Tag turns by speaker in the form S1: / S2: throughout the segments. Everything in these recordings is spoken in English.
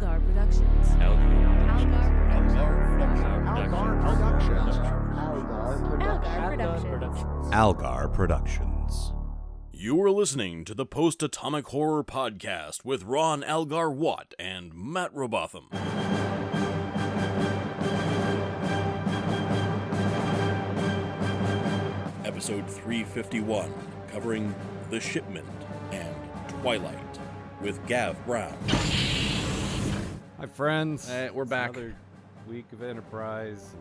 S1: Productions. Algar
S2: Algar Productions.
S1: Productions.
S3: Algar Productions.
S4: You are listening to the Post Atomic Horror Podcast with Ron Algar Watt and Matt Robotham. Episode 351, covering The Shipment and Twilight with Gav Brown.
S5: Hi, friends.
S6: Hey, we're
S5: It's
S6: back.
S5: Another week of Enterprise.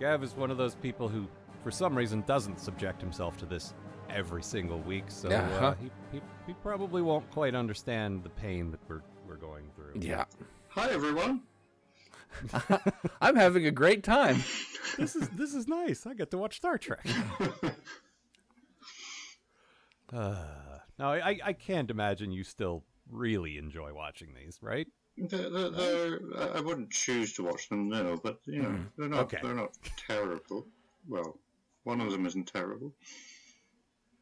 S5: Gav is one of those people who, for some reason, doesn't subject himself to this every single week, so
S6: Yeah, huh.
S5: uh, he, he, he probably won't quite understand the pain that we're, we're going through.
S6: Yeah.
S7: Hi everyone.
S6: I'm having a great time.
S5: this is this is nice. I get to watch Star Trek. uh, now, I, I, I can't imagine you still really enjoy watching these, right?
S7: They're, they're, they're, I I wouldn't choose to watch them now, but you know they're not
S5: Mm. Okay.
S7: they're not terrible. Well, one of them isn't terrible.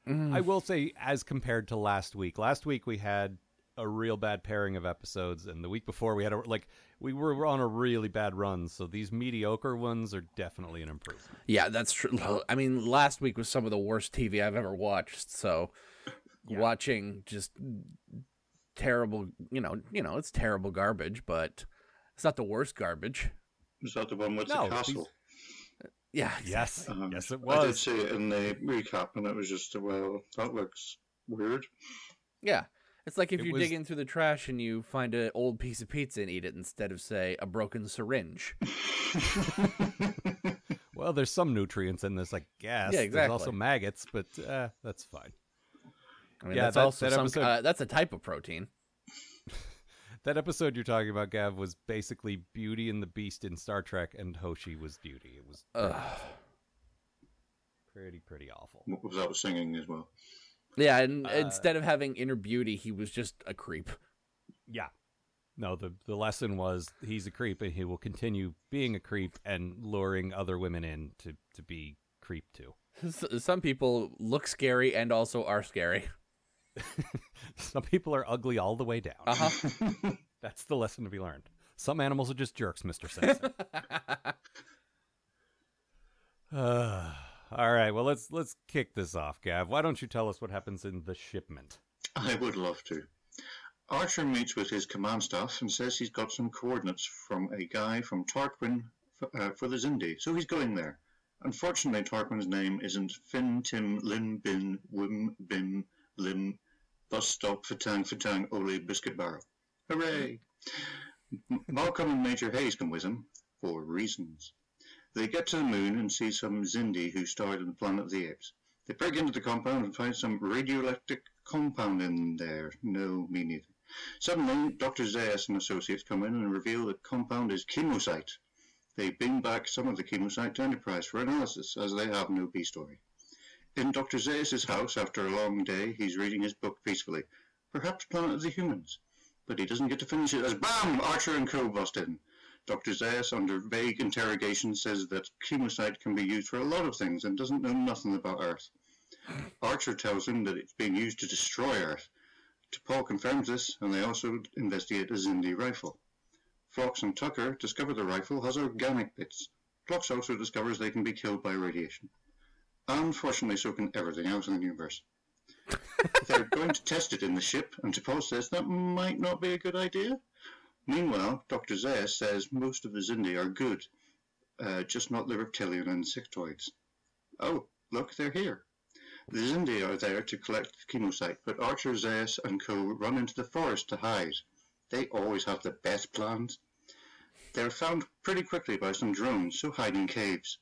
S6: Mm.
S5: I will say, as compared to last week, last week we had a real bad pairing of episodes, and the week before we had a like we were on a really bad run. So these mediocre ones are definitely an improvement.
S6: Yeah, that's true. I mean, last week was some of the worst TV I've ever watched. So, watching just terrible, you know, you know, it's terrible garbage, but it's not the worst garbage.
S7: Is that the one with
S5: No,
S7: the castle?
S6: Yeah.
S5: Yes,
S6: Uh-huh.
S7: Um,
S5: yes, it
S7: I did
S5: was.
S7: see it in the recap, and it was just well, that looks weird.
S6: Yeah. It's like if
S5: It
S6: you
S5: was-
S6: dig in through the trash and you find an old piece of pizza and eat it instead of, say, a broken syringe.
S5: Well, there's some nutrients in this, I
S6: Yeah,
S5: guess. There's
S6: exactly.
S5: also maggots, but uh, that's fine.
S6: I mean,
S5: Yeah,
S6: that's
S5: that-
S6: also
S5: that
S6: some,
S5: episode-
S6: uh, that's a type of protein.
S5: That episode you're talking about, Gav, was basically Beauty and the Beast in Star Trek, and Hoshi was Beauty. It was pretty, pretty awful.
S7: Without singing as well.
S6: Yeah, and
S5: Uh,
S6: instead of having inner beauty, he was just a creep.
S5: Yeah. No, the the lesson was he's a creep and he will continue being a creep and luring other women in to to be creep to.
S6: S- Some people look scary and also are scary.
S5: Some people are ugly all the way down.
S6: Uh-huh.
S5: That's the lesson to be learned. Some animals are just jerks, Mr. Simpson. uh, all right, well let's let's kick this off, Gav. Why don't you tell us what happens in the shipment?
S7: I would love to. Archer meets with his command staff and says he's got some coordinates from a guy from Tarquin for, uh, for the Zindi, so he's going there. Unfortunately, Tarquin's name isn't Fin Tim Lin Bin Wim Bim Lim Bus Stop Fatang Fatang Ole Biscuit Barrel. Hooray! M- Malcolm and Major Hayes come with him, for reasons. They get to the moon and see some Zindi who starred in Planet of the Apes. They break into the compound and find some radioelectric compound in there. No, me neither. Suddenly, Dr. Zayas and associates come in and reveal the compound is chemosite. They beam back some of the chemosite to Enterprise for analysis, as they have no B story. In Dr. Zayas' house, after a long day, he's reading his book peacefully. Perhaps Planet of the Humans. But he doesn't get to finish it as BAM! Archer and Co. bust in. Dr. Zayas, under vague interrogation, says that chemosite can be used for a lot of things and doesn't know nothing about Earth. Archer tells him that it's being used to destroy Earth. T'Pol confirms this, and they also investigate a Zindi rifle. Phlox and Tucker discover the rifle has organic bits. Phlox also discovers they can be killed by radiation. Unfortunately, so can everything else in the universe. They're going to test it in the ship, and T'Pol says that might not be a good idea. Meanwhile, Dr. Zayas says most of the Zindi are good, uh, just not the reptilian insectoids. Oh, look, they're here. The Zindi are there to collect the chemosite, but Archer, Zeus, and co run into the forest to hide. They always have the best plans. They're found pretty quickly by some drones, so hide in caves.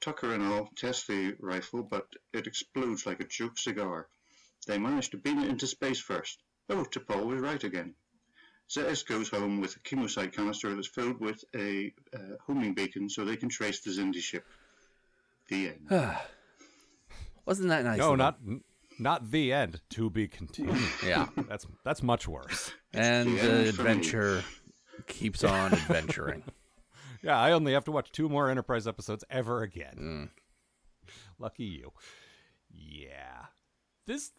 S7: Tucker and all test the rifle, but it explodes like a joke cigar. They manage to beam it into space first. Oh, T'Pol was right again. Zeus goes home with a chemosite canister that's filled with a uh, homing beacon so they can trace the Zindi ship. The end.
S6: Wasn't that nice?
S5: No,
S6: of
S5: not not the end. To be continued.
S6: him? Yeah.
S5: that's that's much worse.
S6: and
S7: the end
S6: the
S7: for me.
S6: adventure keeps on adventuring.
S5: Yeah, I only have to watch two more Enterprise episodes ever again.
S6: Mm.
S5: Lucky you. Yeah. This.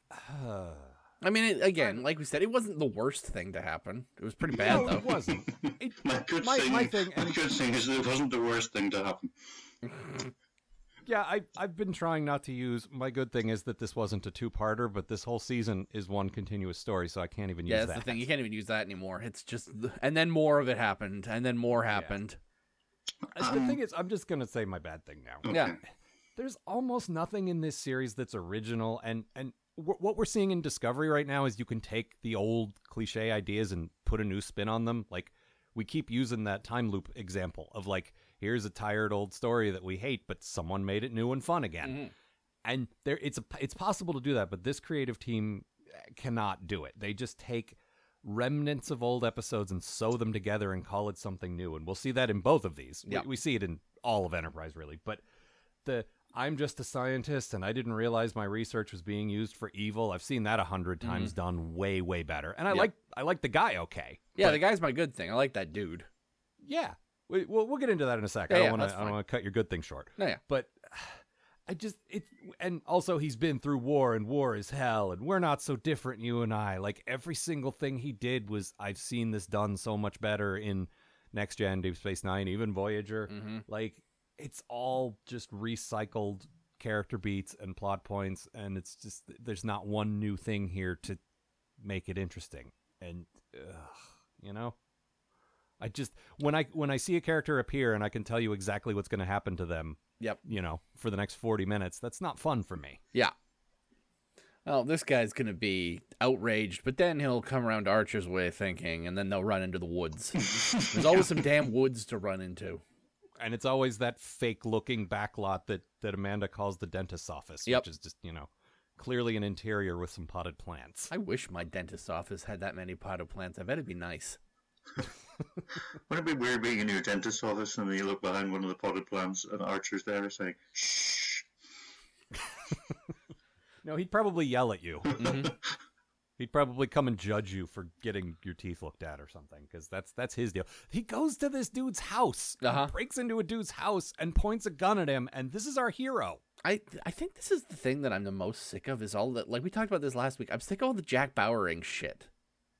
S6: I mean, it, again, like we said, it wasn't the worst thing to happen. It was pretty bad,
S5: No,
S6: though.
S5: it wasn't. It,
S7: My good
S5: my,
S7: thing,
S5: my thing,
S7: my
S5: and
S7: good thing is that it wasn't the worst thing to happen.
S5: yeah, I, I've been trying not to use. My good thing is that this wasn't a two-parter, but this whole season is one continuous story, so I can't even
S6: yeah,
S5: use
S6: that's
S5: that.
S6: the thing. You can't even use that anymore. It's just, and then more of it happened, and then more happened.
S5: Uh, the thing
S6: Um,
S5: is, I'm just gonna say my bad thing now.
S6: Yeah.
S5: there's almost nothing in this series that's original and and w- what we're seeing in discovery right now is you can take the old cliche ideas and put a new spin on them like we keep using that time loop example of like here's a tired old story that we hate but someone made it new and fun again
S6: Mm-hmm.
S5: and there it's a, it's possible to do that but this creative team cannot do it they just take remnants of old episodes and sew them together and call it something new and we'll see that in both of these
S6: Yeah.
S5: we, we see it in all of enterprise really but the i'm just a scientist and i didn't realize my research was being used for evil i've seen that a hundred times done way way better and i
S6: Mm-hmm. Yeah.
S5: like i like the guy okay
S6: Yeah, the guy's my good thing. I like that dude.
S5: yeah we, we'll, we'll get into that in a sec
S6: Yeah,
S5: i
S6: yeah,
S5: don't want
S6: that's
S5: to i don't
S6: fine.
S5: want to cut your good thing short
S6: No, yeah.
S5: but I just it and also he's been through war and war is hell and we're not so different you and I like every single thing he did was I've seen this done so much better in next gen deep space 9 even voyager
S6: Mhm.
S5: like it's all just recycled character beats and plot points and it's just there's not one new thing here to make it interesting and ugh, you know I just when I when I see a character appear and I can tell you exactly what's going to happen to them
S6: Yep.
S5: you know, for the next 40 minutes. That's not fun for me.
S6: Yeah. Well, this guy's gonna be outraged, but then he'll come around to Archer's way of thinking, and then they'll run into the woods. There's always some damn woods to run into.
S5: And it's always that fake looking back lot that, that Amanda calls the dentist's office,
S6: Yep.
S5: which is just, you know, clearly an interior with some potted plants.
S6: I wish my dentist's office had that many potted plants. I bet it'd be nice.
S7: Wouldn't it be weird being in your dentist's office and then you look behind one of the potted plants and Archer's there saying, shh.
S5: No, he'd probably yell at you. He'd probably come and judge you for getting your teeth looked at or something, because that's that's his deal. He goes to this dude's house,
S6: Uh-huh.
S5: breaks into a dude's house, and points a gun at him, and this is our hero.
S6: I I think this is the thing that I'm the most sick of is all that like we talked about this last week. I'm sick of all the Jack Bowering shit.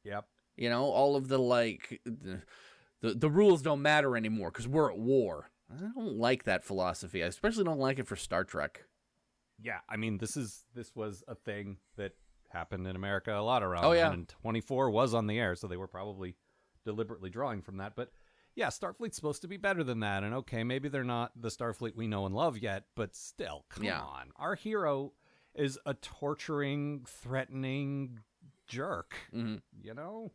S5: Yep.
S6: You know, all of the like the the, the rules don't matter anymore because we're at war. I don't like that philosophy. I especially don't like it for Star Trek.
S5: Yeah, I mean, this is this was a thing that happened in America a lot around.
S6: Oh,
S5: then,
S6: yeah.
S5: and 24 was on the air, so they were probably deliberately drawing from that. But yeah, Starfleet's supposed to be better than that, and okay, maybe they're not the Starfleet we know and love yet, but still, come
S6: Yeah.
S5: on, our hero is a torturing, threatening jerk.
S6: Mhm.
S5: You know,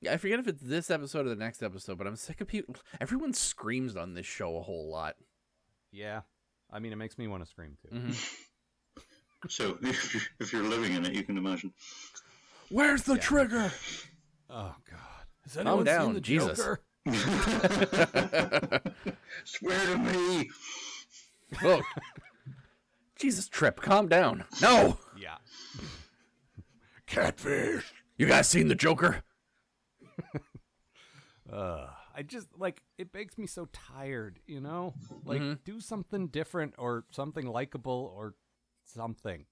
S6: Yeah, I forget if it's this episode or the next episode, but I'm sick of people. Everyone screams on this show a whole lot.
S5: yeah. I mean, it makes me want to scream too.
S6: Mhm.
S7: So if you- if you're living in it, you can imagine.
S6: Where's the trigger?
S5: Oh God, has
S6: anyone seen down, the Jesus. Joker?
S7: Swear to me.
S6: Oh, Jesus, Trip, calm down. No,
S5: Yeah.
S6: catfish. You guys seen the Joker?
S5: Uh, I just like it makes me so tired, you know? Like
S6: Mhm.
S5: do something different or something likable or something.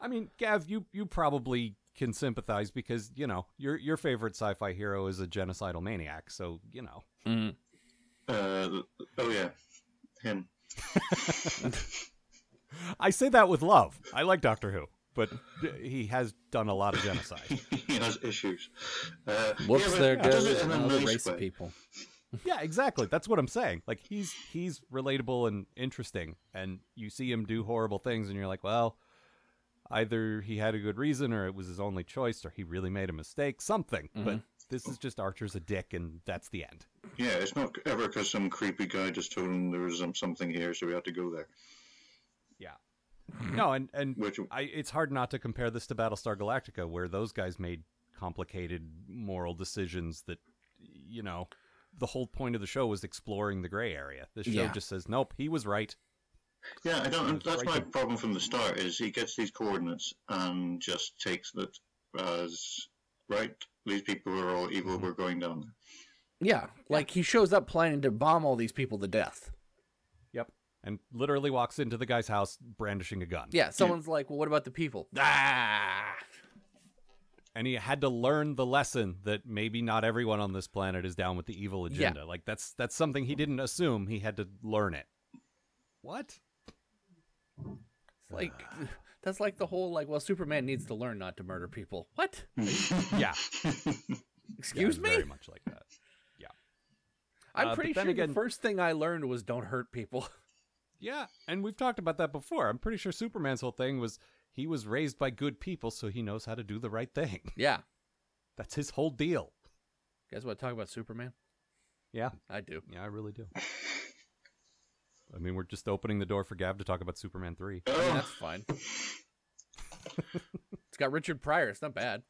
S5: I mean, Gav, you you probably can sympathize because, you know, your your favorite sci-fi hero is a genocidal maniac, so, you know.
S6: Mm.
S7: Uh, oh, yeah. Him.
S5: I say that with love. I like Doctor Who, but he has done a lot of genocide.
S7: he has issues. Uh,
S6: Whoops,
S7: yeah, but
S6: there
S7: he does it
S6: goes
S7: in a
S6: another
S7: nice
S6: race of
S7: way.
S6: people.
S5: Yeah, exactly. That's what I'm saying. Like he's he's relatable and interesting, and you see him do horrible things, and you're like, well, either he had a good reason, or it was his only choice, or he really made a mistake, something. But this is just Archer's a dick, and that's the end.
S7: Yeah, it's not ever because some creepy guy just told him there was um, something here, so we had to go there.
S5: No, and and
S7: Which
S5: I, it's hard not to compare this to Battlestar Galactica, where those guys made complicated moral decisions that, you know, the whole point of the show was exploring the gray area. This show
S6: Yeah.
S5: just says, nope, he was right.
S7: Yeah, I don't.
S5: It's
S7: That's
S5: right
S7: my
S5: there.
S7: problem from the start. Is he gets these coordinates and just takes that as right. These people are all evil. We're going down there.
S6: Yeah, like he shows up planning to bomb all these people to death.
S5: Yep. and literally walks into the guy's house brandishing a gun.
S6: Yeah, someone's like, well, what about the people? Ah!
S5: And he had to learn the lesson that maybe not everyone on this planet is down with the evil agenda. Like that's that's something he didn't assume. He had to learn it. What?
S6: It's like, that's like the whole, like, well, Superman needs to learn not to murder people. What?
S5: Yeah. Yeah, it
S6: Excuse
S5: was
S6: me?
S5: Very much like that.
S6: I'm
S5: Uh, but
S6: pretty
S5: then
S6: sure
S5: again-
S6: the first thing I learned was don't hurt people.
S5: Yeah, and we've talked about that before. I'm pretty sure Superman's whole thing was he was raised by good people, so he knows how to do the right thing.
S6: yeah.
S5: That's his whole deal.
S6: You guys want to talk about Superman?
S5: Yeah,
S6: I do.
S5: yeah, I really do. I mean, we're just opening the door for Gav to talk about Superman 3.
S6: I mean,
S7: Oh,
S6: that's fine. it's got Richard Pryor. It's not bad.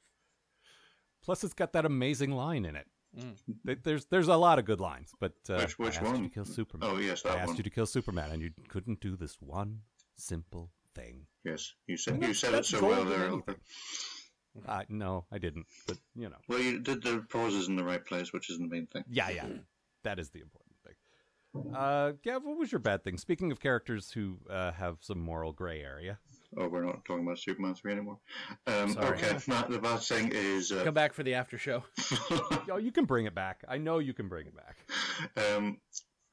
S5: Plus, it's got that amazing line in it.
S6: Mm.
S5: Th- There's there's a lot of good lines, but uh,
S7: Which- which
S5: I asked you
S7: one?
S5: to kill Superman.
S7: oh yes,
S5: I
S7: that
S5: asked
S7: one.
S5: you to kill Superman, and you couldn't do this one simple thing.
S7: Yes, you said
S5: Not-
S7: you said
S5: not
S7: it so
S5: gold
S7: well
S5: or
S7: there.
S5: anything.
S7: Elder. Mm.
S5: Uh, no, I didn't. But you know,
S7: Well, you did the pauses in the right place, which is the main thing.
S5: Yeah, yeah. That is the important thing. Uh, Gav, what was your bad thing? Speaking of characters who uh, have some moral gray area.
S7: Oh, we're not talking about Superman three anymore. Um,
S6: Sorry.
S7: okay, now the bad thing is uh,
S6: Come back for the after show.
S5: Yo, Oh, you can bring it back. I know you can bring it back.
S7: um,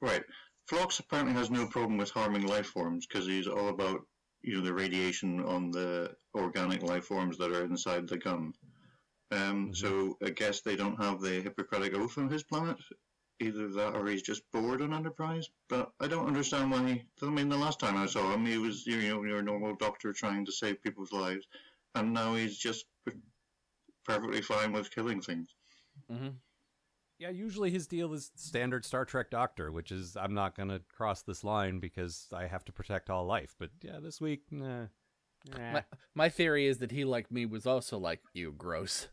S7: right. Phlox apparently has no problem with harming life forms because he's all about you know the radiation on the organic life forms that are inside the gun.
S6: Mm-hmm.
S7: Um, So I guess they don't have the Hippocratic oath on his planet. Either that, or he's just bored on Enterprise. But I don't understand why. He, I mean, the last time I saw him, he was you know your normal doctor trying to save people's lives, and now he's just perfectly fine with killing things.
S6: hmm
S5: Yeah, usually his deal is standard Star Trek Doctor, which is I'm not going to cross this line because I have to protect all life. But yeah, this week, nah. Nah.
S6: My, my theory is that he, like me, was also like you, gross.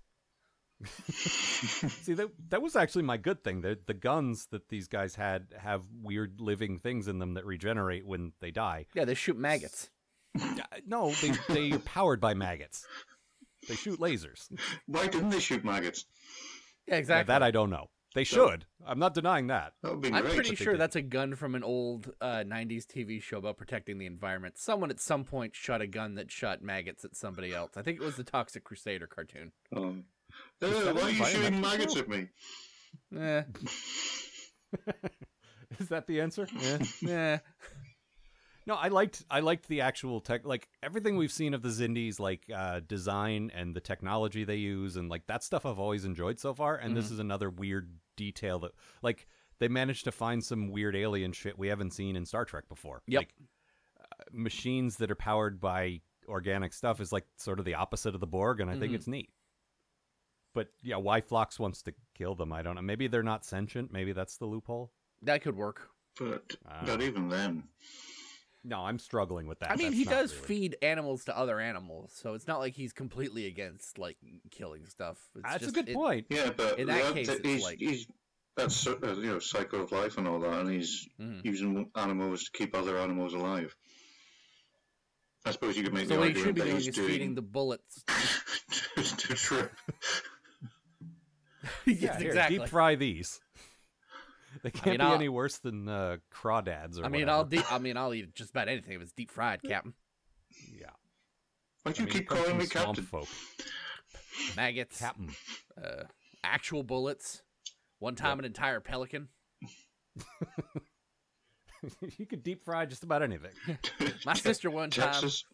S5: See, that that was actually my good thing. The the guns that these guys had have weird living things in them that regenerate when they die.
S6: Yeah, they shoot maggots.
S5: Uh, No, they they are powered by maggots. They shoot lasers.
S7: Why didn't they shoot maggots?
S6: Yeah,
S5: Now,
S6: exactly.
S5: that I don't know. They should. I'm not denying that.
S7: That would be
S6: I'm
S7: great.
S6: pretty
S5: But they
S6: sure
S5: did.
S6: that's a gun from an old uh, 90s TV show about protecting the environment. Someone at some point shot a gun that shot maggots at somebody else. I think it was the Toxic Crusader cartoon.
S7: Um,
S5: Is
S7: "Oh,
S5: that
S7: why
S5: an
S7: are you shooting
S5: environmental
S7: maggots
S5: show?
S7: at me?
S6: Eh,
S5: Is that the answer? Eh.
S6: eh.
S5: no, I liked I liked the actual tech like everything we've seen of the Zindies like uh design and the technology they use and like that stuff I've always enjoyed so far and
S6: Mm-hmm.
S5: this is another weird detail that like they managed to find some weird alien shit we haven't seen in Star Trek before.
S6: Yep.
S5: Like uh, machines that are powered by organic stuff is like sort of the opposite of the Borg and I think
S6: Mhm.
S5: it's neat. But yeah, why Phlox wants to kill them, I don't know. Maybe they're not sentient, maybe that's the loophole.
S6: That could work.
S7: But
S5: Ah.
S7: not even then.
S5: No, I'm struggling with that.
S6: I mean,
S5: That's
S6: he
S5: not
S6: does
S5: really-
S6: feed animals to other animals, so it's not like he's completely against like killing stuff. It's
S5: That's a
S6: just-
S5: good
S6: it-
S5: point.
S7: Yeah, but
S6: In that
S7: that-
S6: case,
S7: that-
S6: it's
S7: he's,
S6: like-
S7: he's that's so- uh, you know cycle of life and all that, and he's
S6: Mhm.
S7: using animals to keep other animals alive. I suppose you could make
S6: So
S7: the
S6: what he should
S7: argument
S6: be
S7: that
S6: doing
S7: he's
S6: is feeding the bullets.
S7: to trip.
S6: yes,
S5: Yeah, here,
S6: exactly.
S5: Deep fry these. They can't
S6: mean,
S5: be
S6: I'll-
S5: any worse than uh, crawdads or
S6: I mean,
S5: whatever.
S6: I'll de- I mean, I'll eat just about anything if it's deep fried, Captain.
S5: Yeah.
S7: Why do
S5: I
S7: you
S5: mean,
S7: keep
S5: comes
S7: calling
S5: from
S7: me
S5: swamp
S7: captain?
S5: Folk.
S6: Maggots,
S5: Captain.
S6: uh, actual bullets. One time, an entire pelican.
S5: you could deep fry just about anything.
S6: My sister one time,
S7: Texas.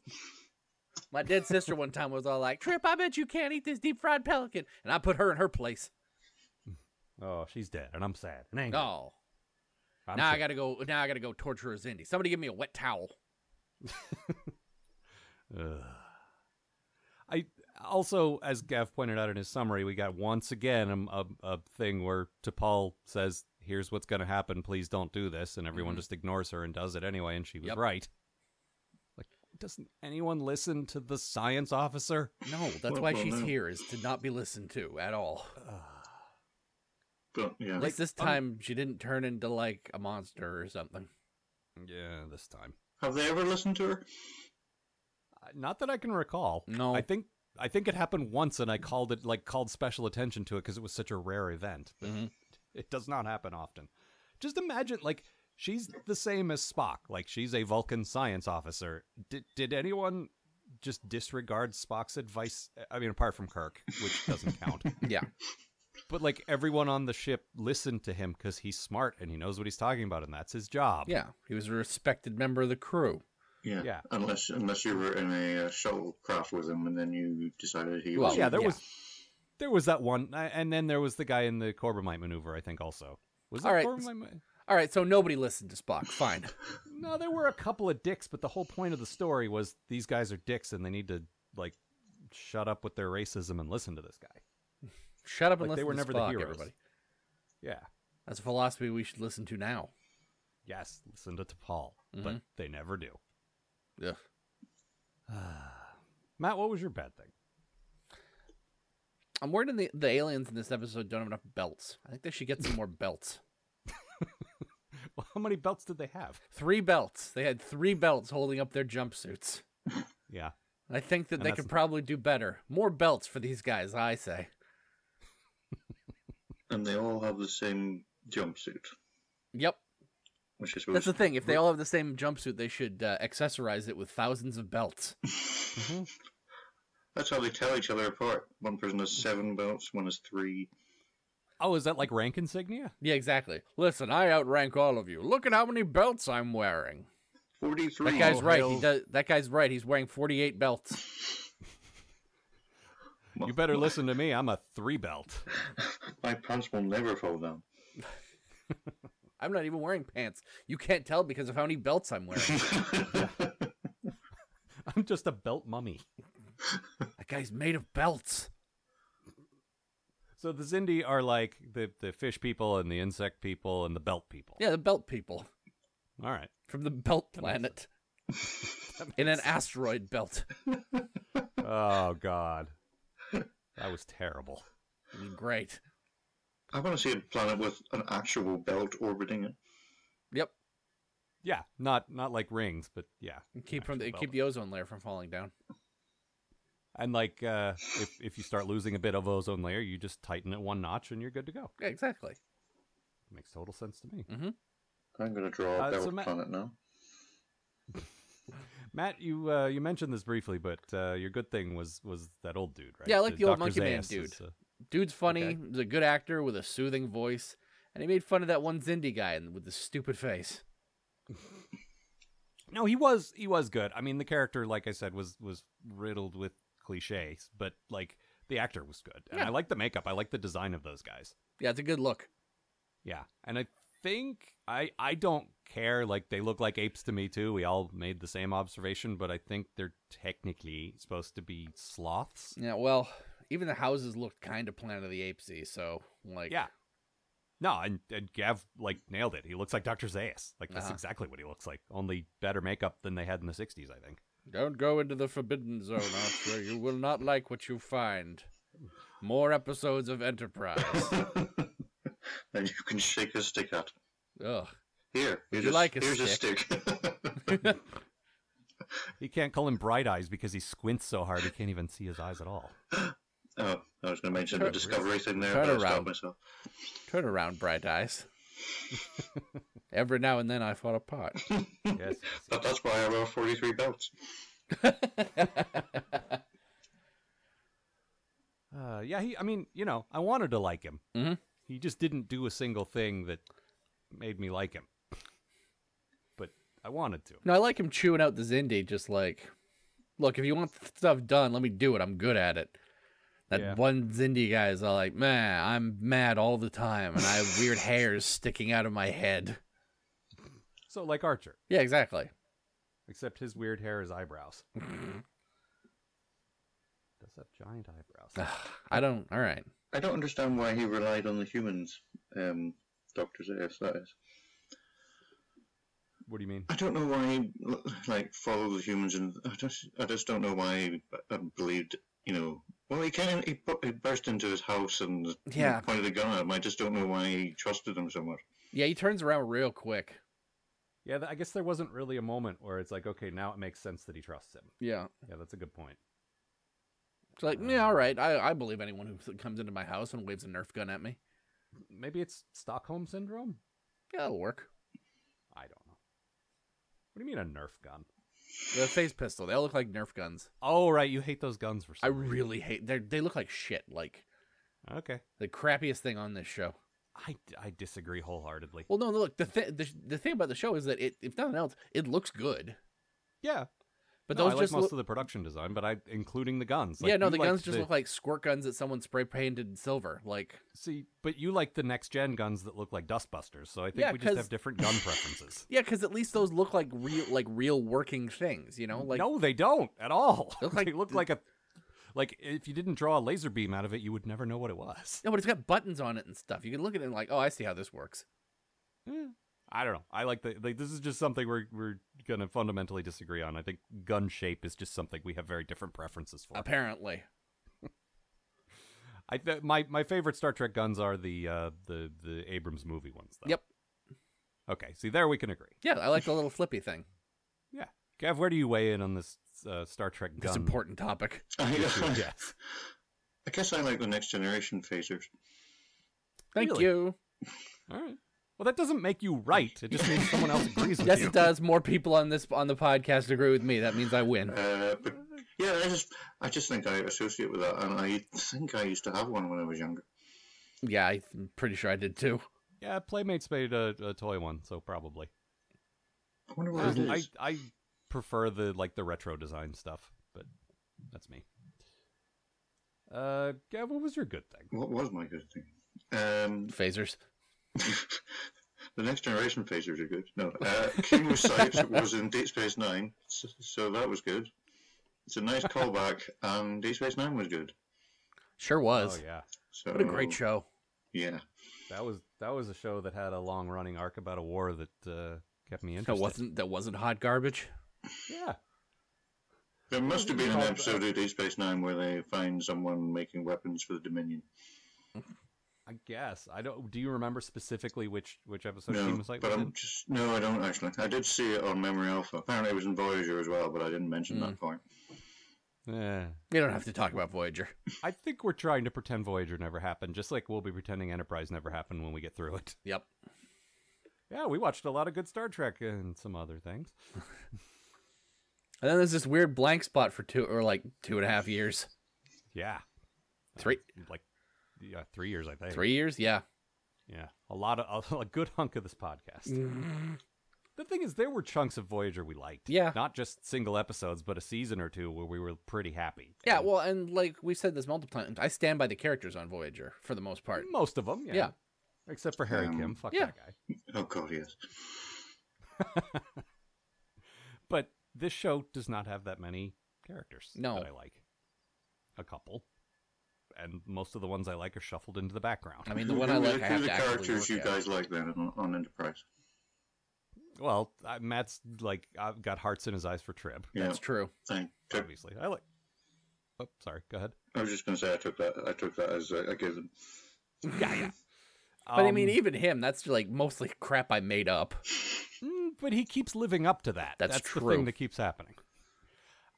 S6: my dead sister one time was all like, "Trip, I bet you can't eat this deep fried pelican," and I put her in her place.
S5: Oh, she's dead, and I'm sad and angry.
S6: No,
S5: I'm
S6: Oh, now I
S5: sad.
S6: gotta go. Now I gotta go torture a Zindi. Somebody give me a wet towel.
S5: Ugh. I also, as Gav pointed out in his summary, we got once again um, a, a, thing where T'Pol says, "Here's what's going to happen. Please don't do this," and everyone
S6: Mhm.
S5: just ignores her and does it anyway, and she was
S6: Yep.
S5: right. Like, doesn't anyone listen to the science officer?
S6: No, that's
S7: Well,
S6: why
S7: well,
S6: she's
S7: no.
S6: here is to not be listened to at all.
S7: But yeah,
S6: At least this
S5: um,
S6: time she didn't turn into like a monster or something.
S5: Yeah, this time.
S7: have they ever listened to her?
S5: Uh, Not that I can recall.
S6: No.
S5: I think I think it happened once, and I called it like called special attention Mm-hmm. to it because it was such a rare event. But
S6: Mhm.
S5: it does not happen often. Just imagine, like She's the same as Spock. Like she's a Vulcan science officer. Did did anyone just disregard Spock's advice? I mean, apart from Kirk, which doesn't count.
S6: Yeah.
S5: But like everyone on the ship listened to him because he's smart and he knows what he's talking about, and that's his job.
S6: Yeah. He was a respected member of the crew.
S7: Yeah.
S5: Yeah.
S7: Unless unless you were in a uh, shuttlecraft with him, and then you decided he
S6: Well,
S7: was.
S5: yeah. There
S6: Yeah.
S5: was there was that one, a- and then there was the guy in the Corbomite maneuver. I think also was that
S6: All right.
S5: Corbomite?
S6: All right, so nobody listened to Spock. Fine.
S5: No, there were a couple of dicks, but the whole point of the story was these guys are dicks and they need to like shut up with their racism and listen to this guy.
S6: Shut up and
S5: Like,
S6: listen
S5: they were
S6: to
S5: never the
S6: Spock,
S5: heroes.
S6: everybody.
S5: Yeah.
S6: That's a philosophy we should listen to now.
S5: Yes, listen to T'Pol, but
S6: Mhm.
S5: they never do.
S6: Yeah.
S5: Matt, what was your bad thing?
S6: I'm worried the, the aliens in this episode don't have enough belts. I think they should get some more belts.
S5: Well, how many belts did they have?
S6: Three belts. They had three belts holding up their jumpsuits.
S5: Yeah.
S6: I think that
S5: And
S6: they
S5: that's-
S6: could probably do better. More belts for these guys, I say.
S7: And they all have the same jumpsuit,
S6: Yep.
S7: which is
S6: That's the thing. If they all have the same jumpsuit, they should uh, accessorize it with thousands of belts.
S7: That's how they tell each other apart. One person has seven belts, one has three.
S5: Oh, is that like rank insignia?
S6: Yeah, exactly. Listen, I outrank all of you. Look at how many belts I'm wearing.
S7: 43.
S6: That guy's
S7: Oh,
S6: right.
S7: hell.
S6: He does. That guy's right. He's wearing 48 belts.
S7: My-
S5: You better listen to me. I'm a three belt.
S7: My pants will never fall down.
S6: I'm not even wearing pants. You can't tell because of how many belts I'm wearing.
S5: I'm just a belt mummy.
S6: that guy's made of belts.
S5: So the Zindi are like the, the fish people and the insect people and the belt people.
S6: Yeah, the belt people
S5: All right.
S6: from the belt planet in an asteroid belt.
S5: Oh God. That was terrible.
S6: Great.
S7: I want to see a planet with an actual belt orbiting it.
S6: Yep.
S5: Yeah, not not like rings, but yeah.
S6: Keep from the,
S5: Actual
S6: keep
S5: velvet.
S6: the ozone layer from falling down.
S5: And like uh if if you start losing a bit of ozone layer, you just tighten it one notch and you're good to go.
S6: Yeah, exactly.
S5: Makes total sense to me.
S7: I'm going to draw a
S5: Uh,
S7: belt
S5: so Ma-
S7: planet now.
S5: Matt, you uh you mentioned this briefly, but uh your good thing was was that old dude, right?
S6: Yeah, I like the old
S5: Dr.
S6: monkey man
S5: Zaius
S6: dude.
S5: is, uh,
S6: Dude's funny.
S5: Okay.
S6: He's a good actor with a soothing voice, and he made fun of that one Zindi guy with the stupid face.
S5: no, he was he was good. I mean, the character, like I said, was was riddled with cliches, but like the actor was good, and
S6: Yeah.
S5: I like the makeup. I like the design of those guys.
S6: Yeah, it's a good look.
S5: Yeah, and I think I I don't care. Like they look like apes to me too. We all made the same observation, but I think they're technically supposed to be sloths.
S6: Yeah, well, even the houses looked kind of Planet of the Apesy, so like,
S5: Yeah. No, and, and Gav like nailed it. He looks like Dr. Zaius. Like that's
S6: Uh-huh.
S5: exactly what he looks like. Only better makeup than they had in the '60s, I think.
S6: don't go into the Forbidden Zone, Archer. you will not like what you find. More episodes of Enterprise.
S7: and you can shake a stick at.
S6: Ugh.
S7: Here, here's,
S6: You
S7: a,
S6: like a
S7: here's
S6: stick.
S7: a stick.
S5: He can't call him Bright Eyes because he squints so hard he can't even see his eyes at all.
S7: oh, I was going to mention
S6: Turn-
S7: the discovery thing there,
S6: turn
S7: but I
S6: around.
S7: stopped myself.
S6: Turn around, bright eyes. Every now and then I fall apart.
S5: Yes, yes, yes.
S7: But that's why I wear 43 belts.
S5: Uh, yeah, he. I mean, you know, I wanted to like him.
S6: Mhm.
S5: He just didn't do a single thing that made me like him. But I wanted to.
S6: no, I like him chewing out the Zindi, just like, look, if you want th- stuff done, let me do it. I'm good at it. That
S5: Yeah.
S6: one Zindi guy is all like, man, I'm mad all the time, and I have weird hairs sticking out of my head.
S5: So like Archer,
S6: Yeah, exactly.
S5: except his weird hair is eyebrows. Does have giant eyebrows?
S6: I don't. All right.
S7: I don't understand why he relied on the humans, um, Dr. Zeus, that is.
S5: what do you mean?
S7: I don't know why he like followed the humans, and I just I just don't know why he uh, believed. You know, well, he came, he, bu- he burst into his house and you know,
S6: Yeah.
S7: pointed a gun at him. I just don't know why he trusted him so much.
S6: Yeah, he turns around real quick.
S5: Yeah, th- I guess there wasn't really a moment where it's like, okay, now it makes sense that he trusts him.
S6: Yeah.
S5: Yeah, that's a good point.
S6: It's like, yeah, all right. I, I believe anyone who th- comes into my house and waves a Nerf gun at me.
S5: Maybe it's Stockholm syndrome.
S6: Yeah, that'll work.
S5: What do you mean a Nerf gun?
S6: The phase pistol. They all look like Nerf guns.
S5: Oh right, you hate those guns for
S6: I
S5: some.
S6: really hate. They they look like shit. Like
S5: okay.
S6: the crappiest thing on this show.
S5: I, I disagree wholeheartedly.
S6: Well, no, look. The thi- the the thing about the show is that it, if nothing else, it looks good.
S5: yeah,
S6: But
S5: no,
S6: those
S5: I like
S6: just
S5: most
S6: look-
S5: of the production design, but I including the guns. Like,
S6: yeah, no,
S5: you
S6: the
S5: liked
S6: guns just look like squirt guns that someone spray painted silver. Like,
S5: See, but you like the next gen guns that look like dustbusters, so I think
S6: Yeah,
S5: we just
S6: 'cause-
S5: have different gun preferences.
S6: yeah, because at least those look like real, like real working things. You know, like
S5: no, they don't at all.
S6: Look
S5: they
S6: like-
S5: look like a like if you didn't draw a laser beam out of it, you would never know what it was.
S6: no, but it's got buttons on it and stuff. You can look at it and like, oh, I see how this works.
S5: I don't know. I like the like. This is just something we're we're gonna fundamentally disagree on. I think gun shape is just something we have very different preferences for.
S6: Apparently,
S5: I th- my my favorite Star Trek guns are the uh, the the Abrams movie ones. Though.
S6: Yep.
S5: Okay. See, there we can agree.
S6: yeah, I like the little flippy thing.
S5: Yeah. Kev, where do you weigh in on this uh, Star Trek gun?
S6: This important topic.
S5: issue?
S7: I
S5: yes.
S7: guess I like the next generation phasers.
S6: Thank
S5: Really?
S6: you.
S5: All right. Well, that doesn't make you right. It just means someone else agrees with
S6: Yes,
S5: you.
S6: it does. More people on this on the podcast agree with me. That means I win.
S7: Uh, but yeah, I just I just think I associate with that, and I think I used to have one when I was younger.
S6: Yeah, I'm pretty sure I did too.
S5: Yeah, Playmates made a, a toy one, so probably.
S7: I wonder what it is.
S5: I I prefer the like the retro design stuff, but that's me. Uh, Gav, what was your good thing?
S7: What was my good thing? Um,
S6: Phasers.
S7: the next generation phasers are good. No, uh, Kingo Sight was in Deep Space Nine, so, so that was good. It's a nice callback, and Deep Space Nine was good.
S6: Sure was.
S5: Oh yeah,
S7: So,
S6: What a great show.
S7: Yeah,
S5: that was that was a show that had a long running arc about a war that uh, kept me
S6: That
S5: interested.
S6: wasn't that wasn't hot garbage.
S5: Yeah.
S7: there must have been an
S5: Callback.
S7: episode of Deep Space Nine where they find someone making weapons for the Dominion.
S5: I guess I don't. Do you remember specifically which which episode
S7: No,
S5: Team was like?
S7: but I'm just no, I don't actually. I did see it on Memory Alpha. Apparently, it was in Voyager as well, but I didn't mention that
S6: Hmm.
S7: part.
S5: Yeah.
S6: You don't have to talk about Voyager.
S5: I think we're trying to pretend Voyager never happened, just like we'll be pretending Enterprise never happened when we get through it.
S6: Yep.
S5: Yeah, we watched a lot of good Star Trek and some other things.
S6: And then there's this weird blank spot for two or like two and a half years,
S5: Yeah,
S6: three,
S5: like yeah, three years I think.
S6: three years. Yeah.
S5: Yeah, a lot of a, good hunk of this podcast. The thing is, there were chunks of Voyager we liked.
S6: Mm-hmm. Yeah.
S5: not just single episodes, but a season or two where we were pretty happy.
S6: Yeah. Well, and like we've said this multiple times, I stand by the characters on Voyager for the most part.
S5: most of them. Yeah,
S6: Yeah.
S5: except for Harry
S7: Um,
S5: Kim. Fuck
S6: yeah.
S5: that guy.
S7: Oh god, yes.
S5: But this show does not have that many characters
S6: No.
S5: that I like. A couple. And most of the ones I like are shuffled into the background.
S6: I mean, the one I
S7: Who-
S6: like, I
S7: who are
S6: have
S7: the
S6: to actively
S7: characters
S6: look
S7: you
S6: at.
S7: guys like then on, on Enterprise?
S5: well, I, Matt's like I've got hearts in his eyes for Trib,
S7: Yeah,
S6: That's true.
S7: thank- took-
S5: obviously. I like. Oh, sorry. Go ahead.
S7: I was just going to say I took that. I took that as a, a given.
S5: Yeah, yeah.
S6: But I mean, Um, even him, that's like mostly crap I made up.
S5: Mm, but he keeps living up to that.
S6: That's
S5: the
S6: true.
S5: thing that keeps happening.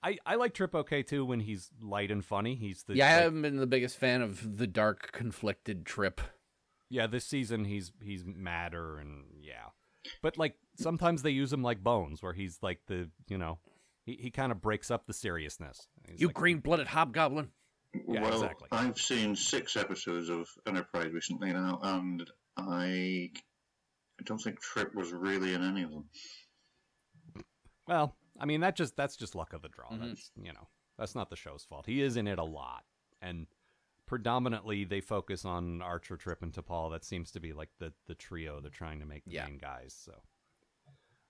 S5: I, I like Trip okay too when he's light and funny. He's the
S6: yeah, I
S5: like,
S6: haven't been the biggest fan of the dark, conflicted trip.
S5: yeah. This season he's he's madder and yeah, but like sometimes they use him like Bones, where he's like the you know he, he kind of breaks up the seriousness. He's
S6: you
S5: like,
S6: green blooded hobgoblin.
S5: Yeah,
S7: well,
S5: exactly.
S7: I've seen six episodes of Enterprise recently now, and I, I don't think Trip was really in any of them.
S5: Well, I mean that just that's just luck of the draw.
S6: Mm-hmm.
S5: That's you know that's not the show's fault. He is in it a lot, and predominantly they focus on Archer, Trip, and T'Pol. That seems to be like the the trio they're trying to make the
S6: Yeah.
S5: main guys. So,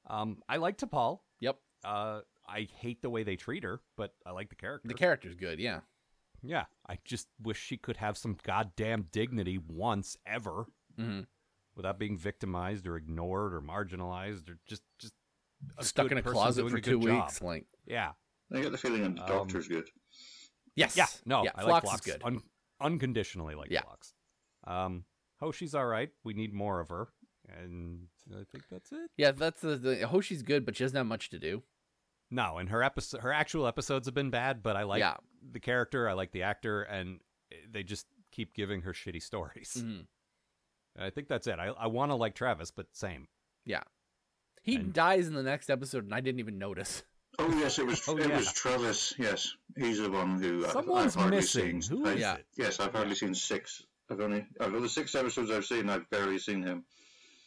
S5: um, I like T'Pol.
S6: Yep.
S5: Uh, I hate the way they treat her, but I like the character.
S6: The character's good, yeah.
S5: yeah, I just wish she could have some goddamn dignity once ever
S6: hmm
S5: without being victimized or ignored or marginalized or just just a
S6: Stuck
S5: good
S6: in a
S5: person
S6: closet
S5: doing
S6: for
S5: a
S6: two
S5: good job.
S6: weeks. Like,
S5: Yeah.
S7: I get the feeling that the
S5: Um,
S7: Doctor's good.
S6: yes.
S5: Yeah, no,
S6: yeah,
S5: I
S6: Phlox
S5: like Phlox
S6: is good.
S5: Un- unconditionally like
S6: Yeah.
S5: Phlox. Um, Hoshi's all right. We need more of her, and I think that's it.
S6: yeah, that's the, the Hoshi's good, but she doesn't have much to do.
S5: No, and her episode, her actual episodes have been bad, but I like
S6: Yeah.
S5: the character. I like the actor, and they just keep giving her shitty stories.
S6: Mhm.
S5: And I think that's it. I I want to like Travis, but same.
S6: He
S5: And-
S6: dies in the next episode, and I didn't even notice.
S7: Oh yes, it was
S5: Oh,
S7: it
S5: yeah.
S7: was Trellis. Yes, he's the one who I-
S5: Someone's
S7: I've hardly
S5: missing.
S7: Seen.
S5: Who
S7: I-
S5: is
S6: Yeah.
S5: it?
S7: Yes, I've hardly seen six. I've only out of the six episodes I've seen, I've barely seen him.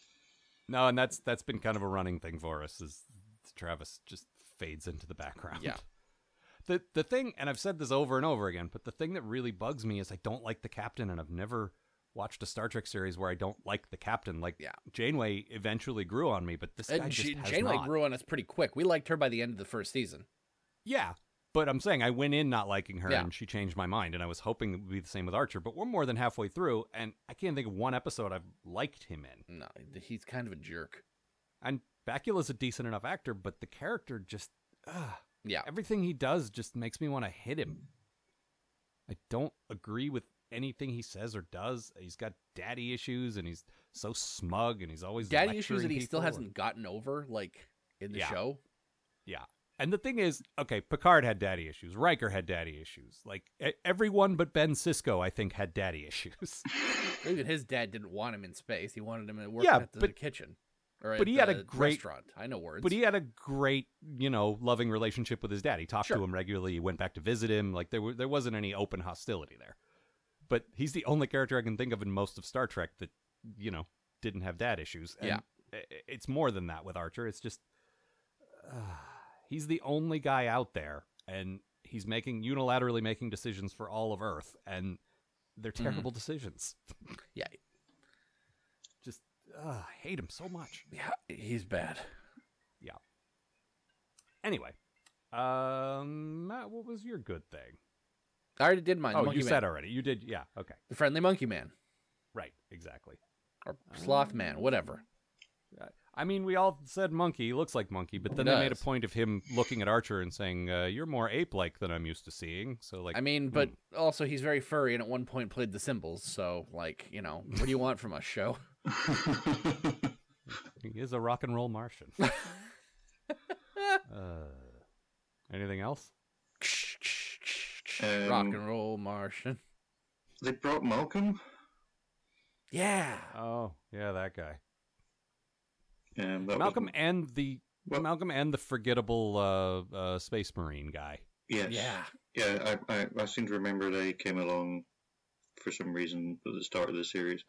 S5: No, and that's that's been kind of a running thing for us is Travis just fades into the background.
S6: Yeah.
S5: The the thing, and I've said this over and over again, but the thing that really bugs me is I don't like the captain, and I've never watched a Star Trek series where I don't like the captain. Like
S6: Yeah.
S5: Janeway eventually grew on me, but this guy
S6: And
S5: just
S6: J-
S5: has
S6: Janeway
S5: not.
S6: grew on us pretty quick. We liked her by the end of the first season.
S5: Yeah. But I'm saying I went in not liking her
S6: Yeah.
S5: and she changed my mind and I was hoping it would be the same with Archer, but we're more than halfway through and I can't think of one episode I've liked him in.
S6: No, he's kind of a jerk.
S5: And Bakula's a decent enough actor, but the character just ugh,
S6: Yeah.
S5: everything he does just makes me want to hit him. I don't agree with anything he says or does. He's got daddy issues and he's so smug and he's always
S6: Daddy issues that he
S5: lecturing
S6: still
S5: people and-
S6: hasn't gotten over, like in the
S5: Yeah.
S6: show.
S5: And the thing is, okay, Picard had daddy issues. Riker had daddy issues. Like e- everyone but Ben Cisco, I think, had daddy issues.
S6: Even his dad didn't want him in space. He wanted him working
S5: Yeah,
S6: at the
S5: but-
S6: kitchen. Or
S5: but
S6: at
S5: he had
S6: the
S5: a great-
S6: restaurant. I know words.
S5: but he had a great, you know, loving relationship with his dad. He talked
S6: Sure.
S5: to him regularly. He went back to visit him. Like there, were, there wasn't any open hostility there. But he's the only character I can think of in most of Star Trek that, you know, didn't have dad issues. And
S6: Yeah.
S5: i- it's more than that with Archer. It's just he's the only guy out there and he's making unilaterally making decisions for all of earth and they're terrible decisions
S6: Mm-hmm. Yeah.
S5: just uh, i hate him so much
S6: yeah, he's bad.
S5: anyway um matt what was your good thing
S6: I already did mine. the
S5: oh
S6: Uh, monkey
S5: you
S6: man.
S5: said already you did yeah okay
S6: the friendly monkey man
S5: right exactly
S6: or sloth man, whatever.
S5: Uh, i mean we all said monkey looks like monkey but then
S6: He
S5: they made a
S6: does.
S5: point of him looking at archer and saying uh, you're more ape-like than i'm used to seeing so like hmm.
S6: I mean, but also he's very furry and at one point played the cymbals. So, like, you know, what do you want from us, show?
S5: He is a rock and roll Martian. uh, anything else?
S6: Rock
S7: Um,
S6: and roll Martian.
S7: they brought Malcolm.
S6: Yeah.
S5: Oh, yeah, that guy.
S7: Um,
S6: Oh.
S7: that
S5: Malcolm
S7: Was,
S5: and the
S7: Well-
S5: Malcolm and the forgettable uh, uh, space marine guy.
S7: yes.
S6: Yeah.
S7: Yeah, I, I, I seem to remember they came along for some reason at the start of the series.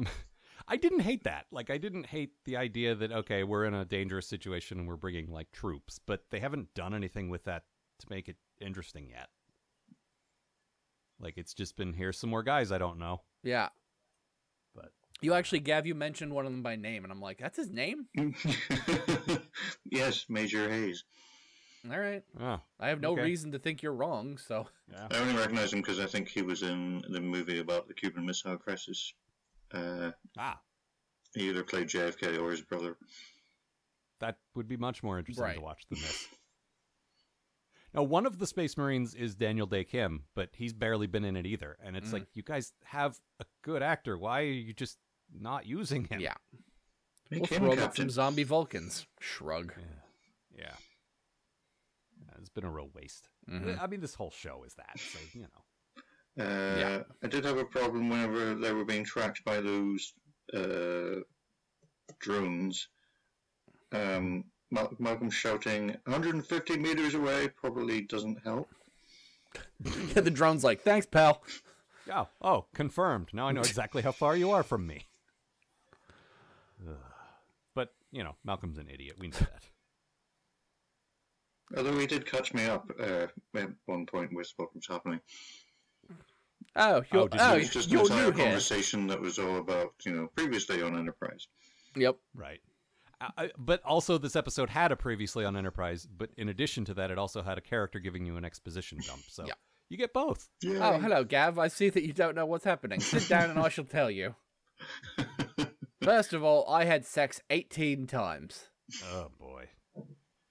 S5: I didn't hate that. Like, I didn't hate the idea that okay, we're in a dangerous situation and we're bringing like troops, but they haven't done anything with that to make it interesting yet. Like, it's just been here's some more guys I don't know.
S6: Yeah.
S5: But- uh,
S6: you actually, Gav, you mentioned one of them by name, and I'm like, that's his name?
S7: yes, Major Hayes.
S6: All right.
S5: Oh,
S6: I have no
S5: Okay.
S6: reason to think you're wrong. So,
S5: yeah.
S7: I only recognize him because I think he was in the movie about the Cuban Missile Crisis. Uh,
S5: Ah,
S7: he either played JFK or his brother.
S5: that would be much more interesting
S6: Right.
S5: to watch than this. now, one of the Space Marines is Daniel Day Kim, but he's barely been in it either. And it's
S6: Mm.
S5: like, you guys have a good actor. Why are you just not using him?
S6: yeah.
S7: Make
S6: We'll
S7: him
S6: throw him at
S7: captain.
S6: some zombie Vulcans. Shrug.
S5: Yeah. Yeah. Yeah, It's been a real waste.
S6: Mhm.
S5: I mean, this whole show is that. So, you know.
S7: Uh,
S6: Yeah.
S7: I did have a problem whenever they were being tracked by those uh, drones. Um, Mal- Malcolm shouting 150 meters away probably doesn't help.
S6: Yeah, the drone's like, thanks, pal.
S5: Oh, oh, confirmed. Now I know exactly how far you are from me. Ugh. But, you know, Malcolm's an idiot. We know that.
S7: Although he did catch me up uh, at one point with what was happening.
S6: Oh, you
S5: Oh,
S6: oh,
S5: did
S7: It
S5: you-
S7: was just an
S6: you're
S7: entire
S6: new here.
S7: conversation that was all about, you know, previously on Enterprise.
S6: Yep.
S5: Right. I, I- but also, this episode had a previously on Enterprise, but in addition to that, it also had a character giving you an exposition dump. So
S6: Yeah.
S5: you get both.
S7: Yeah.
S6: Oh, hello, Gav. I see that you don't know what's happening. Sit down and I shall tell you. First of all, I had sex 18 times.
S5: Oh, boy.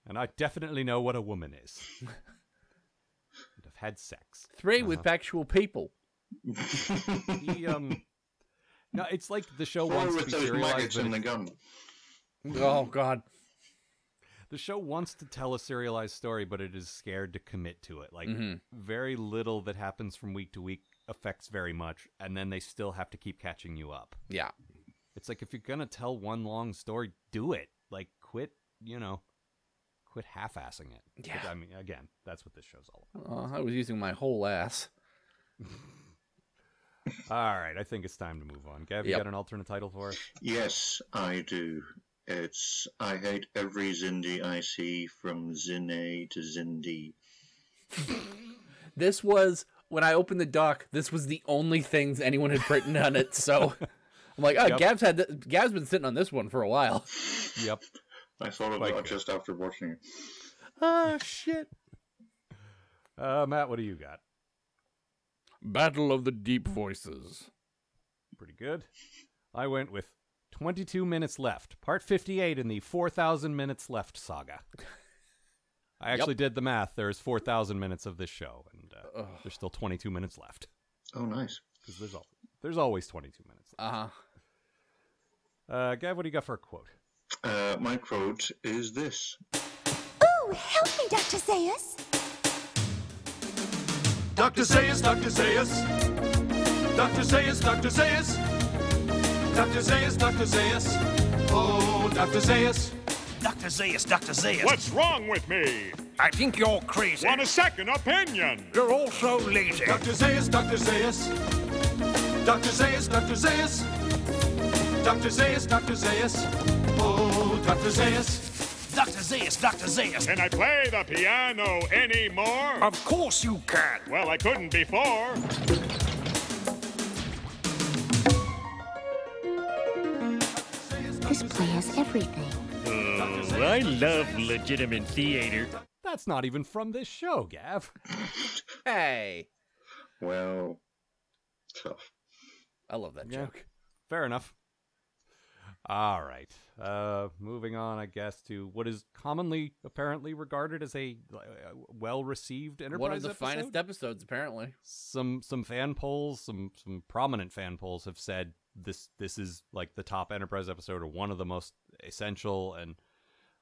S5: And I definitely know what a woman is. and I've had sex. Uh-huh.
S6: 3 with actual people.
S5: He, um. No, it's like the show
S7: Or
S5: wants to
S7: with
S5: be
S7: those
S5: serialized.
S7: maggots
S5: But
S7: in
S5: it's-
S7: the gun.
S6: Oh, God.
S5: the show wants to tell a serialized story, but it is scared to commit to it. Like
S7: Mm-hmm.
S6: Mhm.
S5: very little that happens from week to week affects very much, and then they still have to keep catching you up.
S6: Yeah.
S5: It's like if you're gonna tell one long story, do it. like quit, you know, quit half-assing it. But,
S6: Yeah.
S5: I mean, again, that's what this show's all about.
S6: Uh, I was using my whole ass.
S5: All right, I think it's time to move on. Gav, you
S6: Yep.
S5: got an alternate title for us?
S7: Yes, I do. It's I hate every Zindi I see from Zin A to Zindi.
S6: This was when I opened the doc. This was the only things anyone had written on it. So I'm like, oh,
S5: Yep.
S6: Gav's had th- Gav's been sitting on this one for a while.
S5: Yep.
S7: I thought of
S5: Like-
S7: that just after watching it.
S6: Ah, shit.
S5: Uh, Matt, what do you got?
S6: Battle of the Deep Voices.
S5: Pretty good. I went with 22 minutes left, part 58 in the 4,000 minutes left saga. I
S6: Yep.
S5: actually did the math. There is 4,000 minutes of this show, and uh, there's still 22 minutes left
S7: Oh, nice.
S5: because there's al- there's always 22 minutes.
S6: Uh huh.
S5: Left. Uh, Gav, what do you got for a quote?
S7: Uh, my quote is this.
S8: Oh, help me, Dr. Zayas.
S2: Dr. Zayas, Dr. Zayas. Dr. Zayas, Dr. Zayas. Dr. Zayas, Dr. Zayas. Oh, Dr. Zayas.
S9: Dr. Zayas, Dr. Zayas.
S10: What's wrong with me?
S9: I think you're crazy.
S10: Want a second opinion?
S9: You're also lazy.
S2: Dr. Zayas, Dr. Zayas. Dr. Zayas, Dr. Zayas. Dr. Zayas, Dr. Zayas. Oh, Dr. Zayas.
S9: Dr. Zayas, Dr. Zayas.
S10: Can I play the piano anymore?
S9: Of course you can.
S10: Well, I couldn't before.
S8: This play has everything.
S9: I love legitimate theater.
S5: That's not even from this show, Gav.
S6: Hey,
S7: Well, tough.
S6: I love that
S5: Yeah.
S6: joke.
S5: Fair enough. All right. Uh, moving on, I guess, to what is commonly apparently regarded as a uh, well-received Enterprise
S6: One of the
S5: episode?
S6: finest episodes, apparently.
S5: some some fan polls, some some prominent fan polls have said this this is like the top Enterprise episode or one of the most essential. And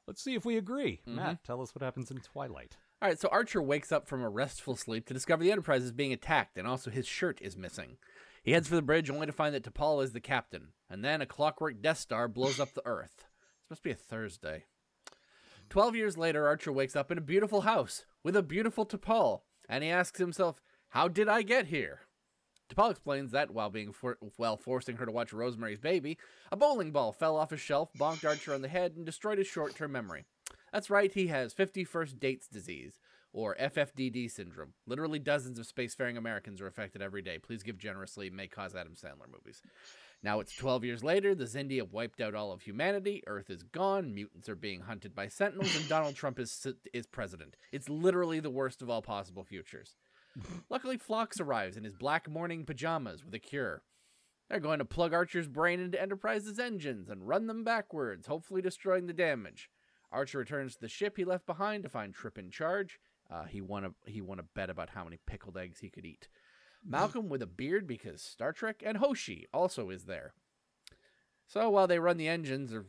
S5: let's see if we agree.
S6: Mm-hmm.
S5: Matt, tell us what happens in Twilight.
S6: All right, so Archer wakes up from a restful sleep to discover the Enterprise is being attacked and also his shirt is missing. He heads for the bridge only to find that T'Pol is the captain, and then a clockwork Death Star blows up the Earth. This must be a Thursday. Twelve years later, Archer wakes up in a beautiful house with a beautiful T'Pol, and he asks himself, "How did I get here?" T'Pol explains that while being for- while forcing her to watch Rosemary's Baby, a bowling ball fell off a shelf, bonked Archer on the head, and destroyed his short-term memory. That's right, he has 51st Dates Disease, or FFDD syndrome. Literally dozens of spacefaring Americans are affected every day. Please give generously, may cause Adam Sandler movies. Now it's 12 years later, the Zindi have wiped out all of humanity, Earth is gone, mutants are being hunted by sentinels, and Donald Trump is, is president. It's literally the worst of all possible futures. Luckily, Phlox arrives in his black morning pajamas with a cure. They're going to plug Archer's brain into Enterprise's engines and run them backwards, hopefully destroying the damage. Archer returns to the ship he left behind to find Trip in charge. Uh, he won a he won a bet about how many pickled eggs he could eat. Malcolm with a beard because Star Trek and Hoshi also is there. So while they run the engines or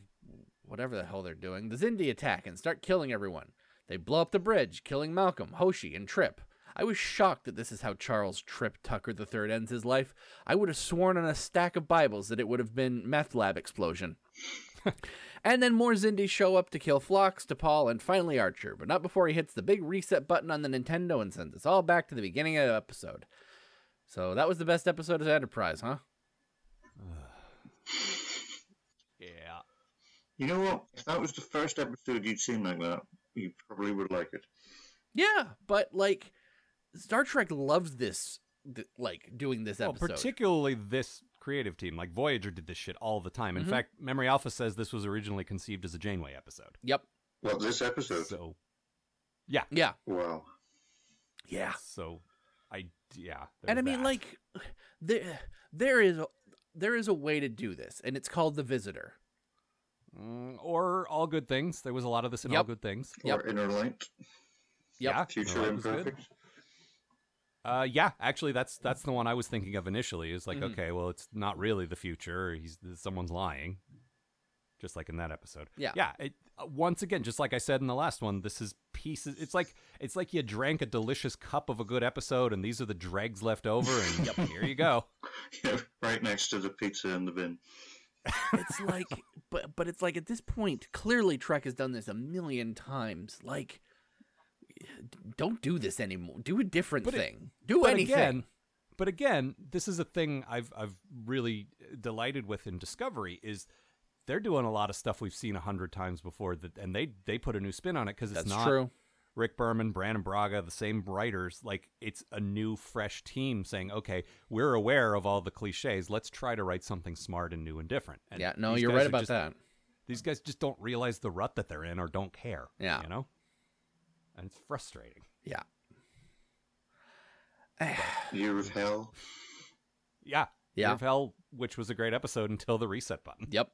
S6: whatever the hell they're doing, the Zindi attack and start killing everyone. They blow up the bridge, killing Malcolm, Hoshi, and Trip. I was shocked that this is how Charles Trip Tucker III ends his life. I would have sworn on a stack of Bibles that it would have been meth lab explosion. And then more Zindi show up to kill Phlox, T'Pol, and finally Archer, but not before he hits the big reset button on the Nintendo and sends us all back to the beginning of the episode. So that was the best episode of Enterprise, huh?
S5: Yeah.
S7: You know what? If that was the first episode you'd seen like that, you probably would like it.
S6: Yeah, but like Star Trek loves this, th- like doing this
S5: Well,
S6: episode.
S5: particularly this creative team, like Voyager, did this shit all the time.
S6: Mm-hmm.
S5: In fact, Memory Alpha says this was originally conceived as a Janeway episode.
S6: yep.
S7: Well, this episode.
S5: So,
S6: Yeah.
S7: Wow.
S6: Yeah.
S5: so I yeah.
S6: and I
S5: there's
S6: mean,
S5: that.
S6: like, there, there is, a, there is a way to do this, and it's called the Visitor.
S5: Mm, or all good things. There was a lot of this in all
S6: Yep.
S5: good things.
S6: Yep.
S7: Or Inner Light,
S6: Yep.
S5: Yeah,
S7: Future
S5: no, it was good.
S7: Imperfect.
S5: Uh, yeah, actually, that's
S6: Hmm.
S5: that's the one I was thinking of initially. Is like,
S6: Mm-hmm.
S5: okay, well, it's not really the future. He's someone's lying, just like in that episode.
S6: Yeah.
S5: yeah. It, uh, once again, just like I said in the last one, this is pieces. It's like it's like you drank a delicious cup of a good episode, and these are the dregs left over, and yep, here you go.
S7: right next to the pizza in the bin.
S6: it's like but but it's like at this point clearly trek has done this a million times like don't do this anymore do a different
S5: But it-
S6: thing do
S5: but
S6: anything
S5: Again, but again, this is a thing I've I've really uh, delighted with in Discovery is they're doing a lot of stuff we've seen a hundred times before that, and they they put a new spin on it because it's
S6: that's
S5: not
S6: true
S5: Rick Berman, Brandon Braga, the same writers. Like it's a new, fresh team saying, okay, we're aware of all the cliches. Let's try to write something smart and new and different. And
S6: yeah no
S5: these
S6: you're
S5: guys
S6: right
S5: are
S6: about
S5: just-
S6: that
S5: These guys just don't realize the rut that they're in or don't care.
S6: Yeah.
S5: you know, and it's frustrating.
S6: yeah
S7: Year of Hell.
S5: Yeah.
S6: Yeah.
S5: Year of Hell, which was a great episode until the reset button.
S6: yep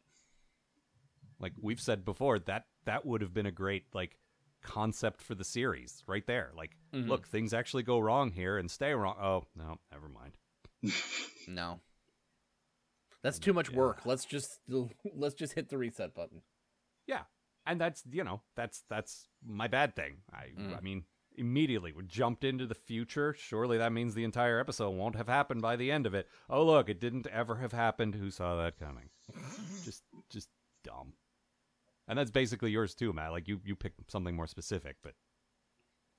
S5: Like we've said before, that that would have been a great like concept for the series right there. Like,
S6: Mm-hmm.
S5: look, things actually go wrong here and stay wrong. Oh, no, never mind.
S6: no that's too much work let's just let's just hit the reset button
S5: Yeah. And that's, you know, that's that's my bad thing. I I mean, immediately we jumped into the future. Surely that means the entire episode won't have happened by the end of it. Oh, look, it didn't ever have happened. Who saw that coming? just just dumb. And that's basically yours too, Matt. Like you you picked something more specific, but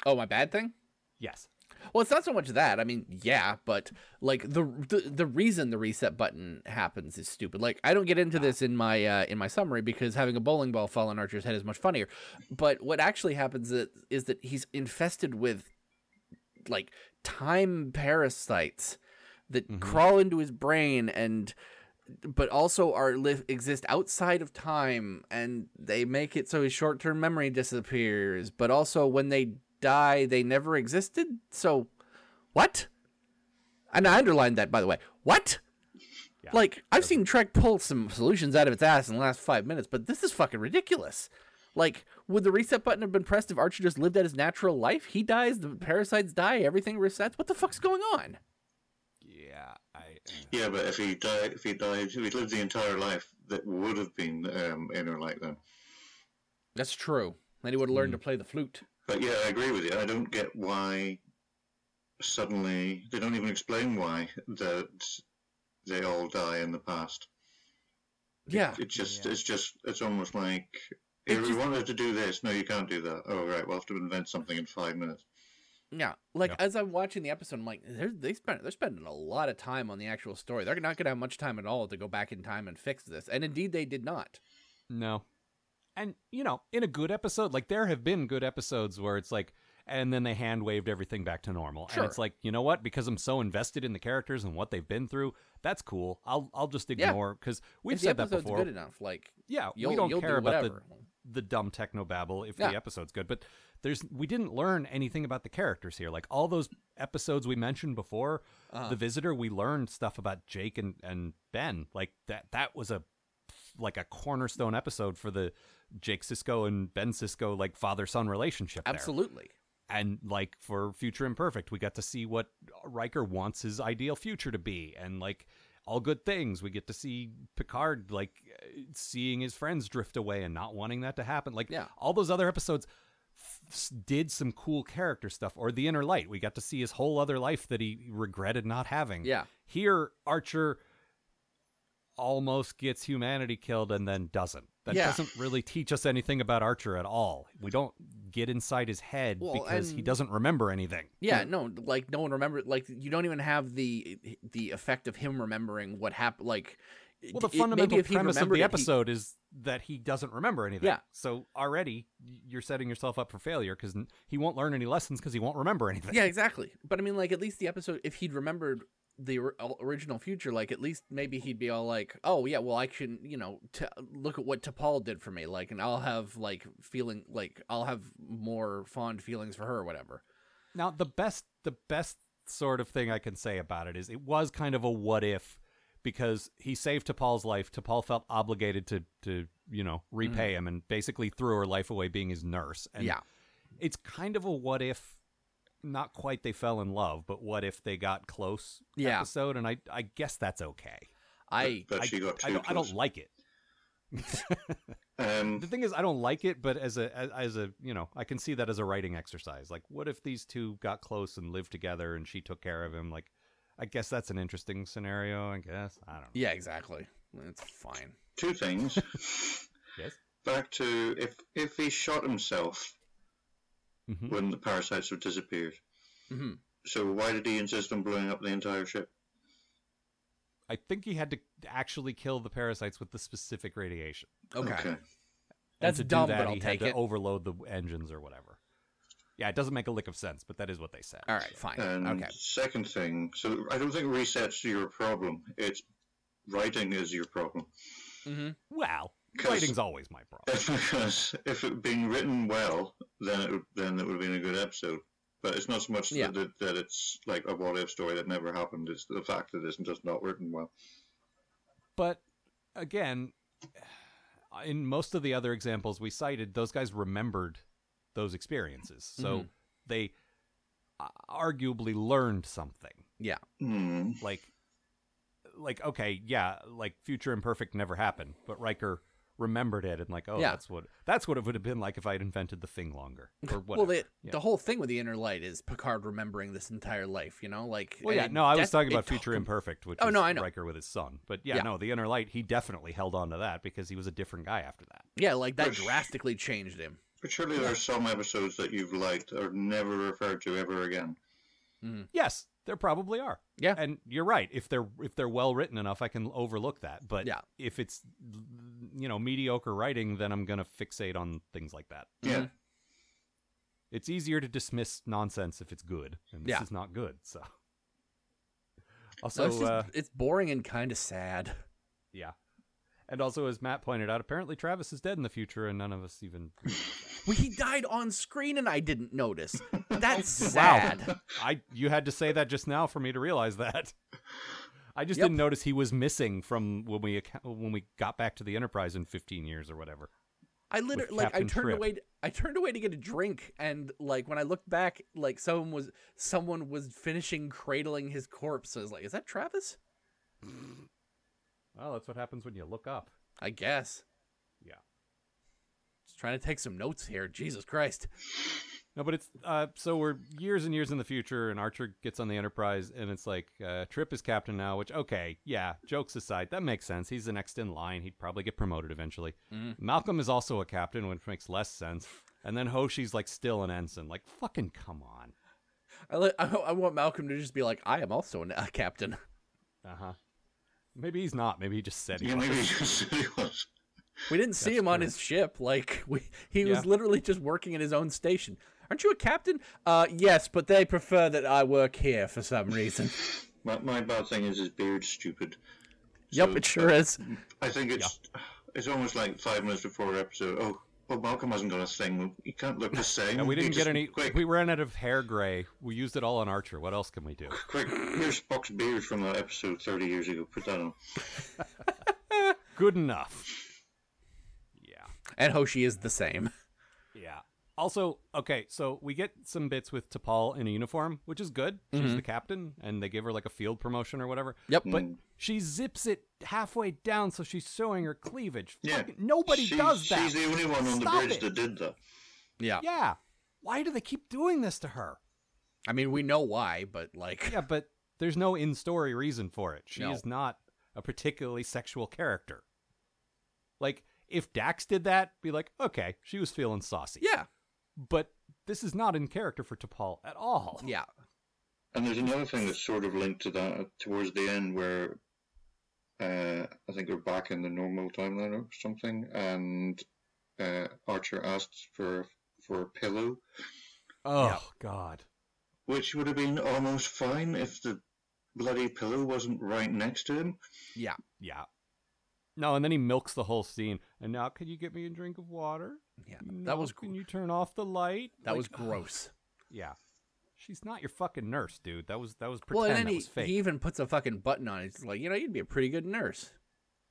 S6: oh my bad thing
S5: yes.
S6: Well, it's not so much that. I mean, yeah, but like the the, the reason the reset button happens is stupid. Like I don't get into this in my uh, in my summary because having a bowling ball fall on Archer's head is much funnier. But what actually happens is, is that he's infested with like time parasites that crawl into his brain and but also are live exist outside of time and they make it so his short-term memory disappears but also when they die they never existed so what and i underlined that by the way what like i've seen trek pull some solutions out of its ass in the last five minutes but this is fucking ridiculous like would the reset button have been pressed if archer just lived out his natural life he dies the parasites die everything resets what the fuck's going on
S5: Yeah, I uh,
S7: Yeah, but if he died, if he died, if he'd lived the entire life that would have been um, in or like that.
S6: that's true then he would have learned to play the flute
S7: But yeah, I agree with you. I don't get why suddenly they don't even explain why that they all die in the past.
S6: yeah
S7: It's just, it's just, it's almost like
S6: It
S7: if we
S6: just-
S7: wanted to do this, no, you can't do that. Oh right, we'll have to invent something in five minutes.
S6: Yeah, like as I'm watching the episode, I'm like, they're they spend they're spending a lot of time on the actual story. They're not going to have much time at all to go back in time and fix this, and indeed they did not.
S5: No. And, you know, in a good episode, like there have been good episodes where it's like, and then they hand waved everything back to normal.
S6: Sure.
S5: And it's like, you know what? Because I'm so invested in the characters and what they've been through, that's cool. I'll I'll just
S6: Yeah.
S5: ignore because we've
S6: if
S5: said
S6: the
S5: that
S6: episode's
S5: before.
S6: good enough, like
S5: yeah,
S6: you'll-
S5: we don't
S6: you'll
S5: care
S6: do
S5: about the,
S6: whatever.
S5: the dumb technobabble if
S6: Yeah.
S5: the episode's good. But there's we didn't learn anything about the characters here. Like all those episodes we mentioned before,
S6: Uh-huh.
S5: the visitor, we learned stuff about Jake and and Ben. Like that that was a like a cornerstone episode for the Jake Cisco and Ben Cisco like father son relationship. there.
S6: absolutely,
S5: And like for Future Imperfect, we got to see what Riker wants his ideal future to be, and like all good things, we get to see Picard like eh, seeing his friends drift away and not wanting that to happen. Like
S6: Yeah.
S5: all those other episodes f- s- did some cool character stuff. Or The Inner Light, we got to see his whole other life that he regretted not having.
S6: Yeah.
S5: Here, Archer almost gets humanity killed and then doesn't. That
S6: Yeah.
S5: doesn't really teach us anything about Archer at all. We don't get inside his head
S6: Well,
S5: because he
S6: and-
S5: doesn't remember anything.
S6: yeah, no, like no one remembered. Like you don't even have the the effect of him remembering what happened. Like
S5: Well, the
S6: it- maybe
S5: fundamental
S6: if he
S5: premise of
S6: remembered it,
S5: the
S6: he-
S5: episode is that he doesn't remember anything.
S6: Yeah.
S5: So already y- you're setting yourself up for failure because he won't learn any lessons because he won't remember anything.
S6: Yeah, exactly. But I mean, like, at least the episode, if he'd remembered the or- original future, like, at least maybe he'd be all like, oh, yeah, well, I can, you know, t- look at what T'Pol did for me. Like, and I'll have, like, feeling, like, I'll have more fond feelings for her or whatever.
S5: Now the best the best sort of thing I can say about it is it was kind of a what if because he saved T'Pol's life. T'Pol felt obligated to to you know repay him and basically threw her life away being his nurse. And
S6: Mm-hmm. Yeah.
S5: it's kind of a what if. Not quite they fell in love, but what if they got close
S6: Yeah.
S5: episode? And I I guess that's okay.
S6: I,
S7: But
S5: I,
S7: she got too
S5: I, don't, I don't
S7: close.
S5: like it.
S7: Um,
S5: The thing is, I don't like it, but as a as, as a you know, I can see that as a writing exercise. Like, what if these two got close and lived together, and she took care of him? Like, I guess that's an interesting scenario. I guess I don't know.
S6: yeah, exactly. It's fine.
S7: Two things.
S5: Yes.
S7: Back to if if he shot himself
S6: Hmm?
S5: Mhm.
S7: when the parasites have disappeared.
S6: Mhm.
S7: So why did he insist on blowing up the entire ship?
S5: I think he had to actually kill the parasites with the specific radiation.
S6: Okay.
S5: And
S6: That's
S5: to do
S6: dumb,
S5: that,
S6: but I'll
S5: he
S6: take
S5: had
S6: it.
S5: to overload the engines or whatever. Yeah, it doesn't make a lick of sense, but that is what they said.
S6: All right, fine.
S7: And
S6: Okay.
S7: second thing, so I don't think resets your problem. It's writing is your problem.
S5: Well,
S7: 'Cause-
S5: writing's always my problem.
S7: because if it had been written well, then it would, then it would have been a good episode. But it's not so much
S6: Yeah.
S7: that, that, that it's like a what if story that never happened. It's the fact that it's just not written well.
S5: But again, in most of the other examples we cited, those guys remembered those experiences,
S6: Mm-hmm.
S5: so they uh, arguably learned something.
S6: Yeah.
S7: Hmm.
S5: like like okay yeah like future imperfect never happened but Riker remembered it and like oh
S6: Yeah.
S5: that's what that's what it would have been like if I had invented the thing longer or whatever
S6: Well, the,
S5: yeah.
S6: the whole thing with the inner light is Picard remembering this entire life, you know, like.
S5: well yeah
S6: and
S5: no I was
S6: that's-
S5: talking
S6: it
S5: about
S6: took
S5: future
S6: him-
S5: imperfect which
S6: Oh,
S5: was
S6: no, I know.
S5: Riker with his son but yeah,
S6: Yeah.
S5: no the inner light he definitely held on to that because he was a different guy after that
S6: Yeah, like that
S7: Which-
S6: drastically changed him.
S7: But surely there are some episodes that you've liked are never referred to ever again.
S5: yes there probably are
S6: Yeah.
S5: and you're right if they're if they're well written enough I can overlook that but
S6: Yeah.
S5: if it's you know mediocre writing then I'm gonna fixate on things like that
S7: Yeah.
S5: it's easier to dismiss nonsense if it's good, and this
S6: Yeah.
S5: is not good. So,
S6: So
S5: also,
S6: it's, just-
S5: uh,
S6: it's boring and kind of sad.
S5: yeah, and also as Matt pointed out, apparently Travis is dead in the future, and none of us even.
S6: Well, he died on screen and I didn't notice. That's sad.
S5: I you had to say that just now for me to realize that. I just
S6: Yep.
S5: didn't notice he was missing from when we acc- when we got back to the Enterprise in 15 years or whatever.
S6: I literally like I
S5: Captain
S6: turned
S5: Tripp.
S6: away I turned away to get a drink and like when I looked back like someone was someone was finishing cradling his corpse. I was like, is that Travis?
S5: Well, that's what happens when you look up.
S6: I guess.
S5: Yeah.
S6: Just trying to take some notes here. Jesus Christ.
S5: No, but it's uh, so we're years and years in the future, and Archer gets on the Enterprise, and it's like uh, Trip is captain now. Which, okay, yeah, jokes aside, that makes sense. He's the next in line. He'd probably get promoted eventually.
S7: Mm-hmm.
S5: Malcolm is also a captain, which makes less sense. And then Hoshi's like still an ensign. Like, fucking come on.
S6: I, li- I I want Malcolm to just be like, I am also an- a captain.
S5: Uh huh. Maybe he's not. Maybe he just said he.
S7: yeah,
S5: was.
S7: maybe it was.
S6: We didn't see him on his ship. Like we, he was
S5: Yeah.
S6: literally just working in his own station. Aren't you a captain? Uh, yes, but they prefer that I work here for some reason.
S7: My, my bad thing is his beard's stupid.
S6: yep,
S7: So,
S6: it sure is.
S7: I think it's it's almost like five minutes before episode. Oh, well, Malcolm hasn't got a thing. He can't look the same.
S5: And we
S7: He
S5: didn't get
S7: just-
S5: any.
S7: Quick,
S5: We ran out of hair gray. We used it all on Archer. What else can we do?
S7: quick. Here's Spock's beard from that episode 30 years ago. Put that on.
S5: Good enough. Yeah.
S6: And Hoshi is the same.
S5: Yeah. Also, okay, so we get some bits with T'Pol in a uniform, which is good.
S6: Mm-hmm.
S5: She's the captain, and they give her like a field promotion or whatever.
S6: Yep.
S5: But she zips it halfway down, so she's showing her cleavage.
S7: Yeah.
S5: Fucking- nobody
S7: She-
S5: does that.
S7: She's the only one on
S5: Stop
S7: the bridge
S5: it.
S7: that did that.
S6: Yeah.
S5: Yeah. Why do they keep doing this to her?
S6: I mean, we know why, but like,
S5: Yeah, but there's no in story reason for it. She
S6: No.
S5: is not a particularly sexual character. Like, if Dax did that, be like, okay, she was feeling saucy.
S6: yeah,
S5: But this is not in character for T'Pol at all.
S6: yeah.
S7: And there's another thing that's sort of linked to that uh, towards the end where uh, I think we're back in the normal timeline or something, and uh, Archer asks for for a pillow,
S5: Oh, God.
S7: which would have been almost fine if the bloody pillow wasn't right next to him.
S5: Yeah. No, and then he milks the whole scene. And now, can you get me a drink of water?
S6: Yeah,
S5: No,
S6: that was gr-
S5: Can you turn off the light?
S6: that
S5: Mm, Like,
S6: was gross.
S5: Yeah. She's not your fucking nurse, dude. That was that was pretend.
S6: Well, and then
S5: that
S6: he,
S5: was fake.
S6: he even puts a fucking button on. it. He's like, you know, you'd be a pretty good nurse.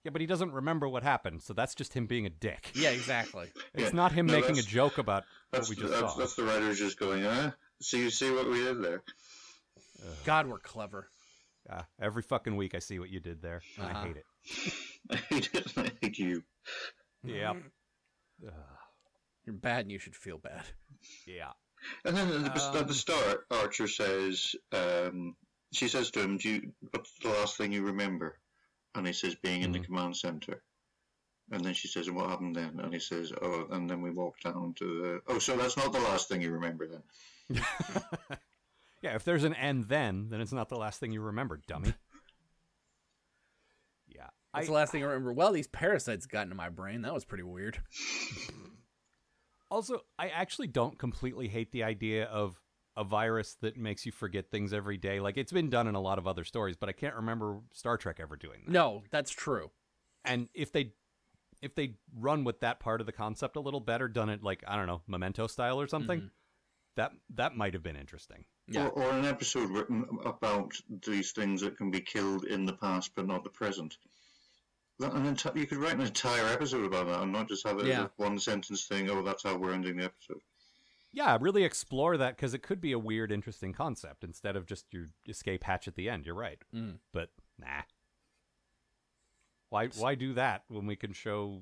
S5: Yeah, but he doesn't remember what happened, so that's just him being a dick.
S6: Yeah, exactly.
S5: It's
S7: Yeah.
S5: not him
S7: No,
S5: making a
S7: that's-
S5: joke about what
S7: That's,
S5: we just
S7: that's,
S5: saw.
S7: that's the writers just going, huh? See, see what we did there.
S6: God, we're clever.
S5: Yeah, every fucking week, I see what you did there, and
S6: Uh-huh.
S5: I hate it.
S7: I hate it. I hate you.
S5: Yeah,
S6: Mm-hmm. You're bad, and you should feel bad.
S5: yeah.
S7: And then at the, at
S5: Um,
S7: the start, Archer says, um, she says to him, "Do you? What's the last thing you remember?" and he says, being in the command center. And then she says, and what happened then? And he says, oh, and then we walked down to the. Oh, so that's not the last thing you remember then.
S5: Yeah, if there's an and then, then it's not the last thing you remember, dummy. yeah.
S6: That's the last thing I remember. Well, these parasites got into my brain. That was pretty weird.
S5: Also, I actually don't completely hate the idea of a virus that makes you forget things every day. Like it's been done in a lot of other stories, but I can't remember Star Trek ever doing that.
S6: No, that's true.
S5: And if they if they run with that part of the concept a little better, done it like I don't know, Memento style or something, that that might have been interesting.
S6: Yeah.
S7: Or, or an episode written about these things that can be killed in the past but not the present. That, an enti- you could write an entire episode about that and not just have it
S6: Yeah.
S7: as a one sentence thing, oh, that's how we're ending the episode.
S5: Yeah, really explore that because it could be a weird, interesting concept instead of just your escape hatch at the end. You're right,
S6: Mm.
S5: but nah. Why why do that when we can show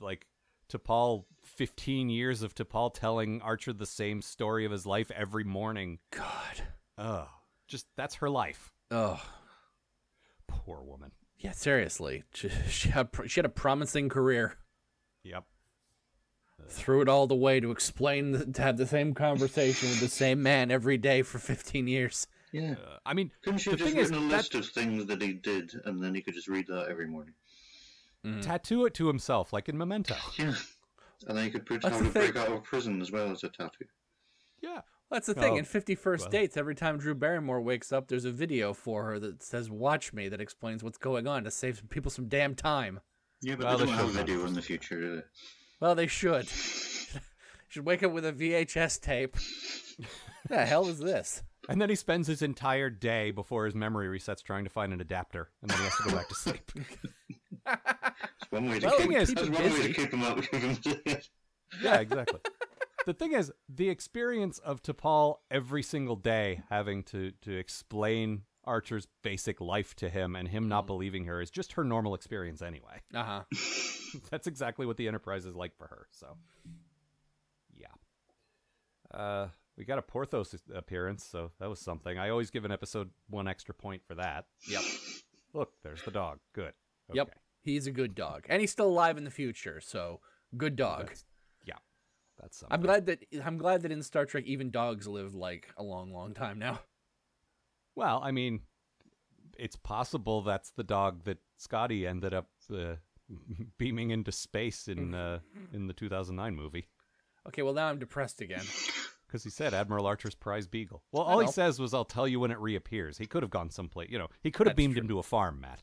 S5: like T'Pol 15 years of T'Pol telling Archer the same story of his life every morning?
S6: God.
S5: Oh, just that's her life.
S6: Oh.
S5: Poor woman.
S6: Yeah, seriously. She, she had pr- she had a promising career.
S5: Yep.
S6: Threw it all the way to explain th- to have the same conversation with the same man every day for 15 years.
S7: Yeah.
S5: Uh, I mean,
S7: Couldn't you
S5: the
S7: have just
S5: thing is
S7: written a
S5: that-
S7: list of things that he did and then he could just read that every morning? Mm.
S5: tattoo it to himself like in Memento.
S7: Yeah. And then he could put
S6: That's
S7: how
S6: the
S7: to break
S6: thing.
S7: out of prison as well as a tattoo.
S5: yeah.
S6: Well, that's the thing.
S5: Oh,
S6: in 51st
S5: well.
S6: Dates, every time Drew Barrymore wakes up, there's a video for her that says, Watch me, that explains what's going on to save some people some damn time.
S7: Yeah, but
S5: Well,
S7: they
S5: this
S7: don't have
S5: shows that.
S7: video in the future, do they?
S6: Well, they should. should wake up with a VHS tape. the hell is this?
S5: And then he spends his entire day before his memory resets trying to find an adapter, and then he has to go back to sleep.
S7: It's one way to
S5: Well,
S7: keep
S5: thing is-
S7: that's one way to keep him up.
S5: yeah, exactly. the thing is, the experience of T'Pol every single day having to to explain Archer's basic life to him and him not believing her is just her normal experience anyway.
S6: Uh huh.
S5: That's exactly what the Enterprise is like for her. So, yeah. Uh, we got a Porthos appearance, so that was something. I always give an episode one extra point for that.
S6: Yep.
S5: Look, there's the dog. Good.
S6: Yep. He's a good dog. And he's still alive in the future, so good dog.
S5: That's- yeah. That's something.
S6: I'm glad that I'm glad that in Star Trek even dogs live like a long, long time now.
S5: Well, I mean, it's possible that's the dog that Scotty ended up uh, beaming into space
S6: Mm.
S5: in uh, in the 2009 movie
S6: Okay, well now I'm depressed again.
S5: because he said Admiral Archer's prize beagle. Well, all he
S6: know.
S5: says was, "I'll tell you when it reappears." He could have gone someplace. You know, he could
S6: That's
S5: have beamed
S6: true.
S5: him to a farm, Matt.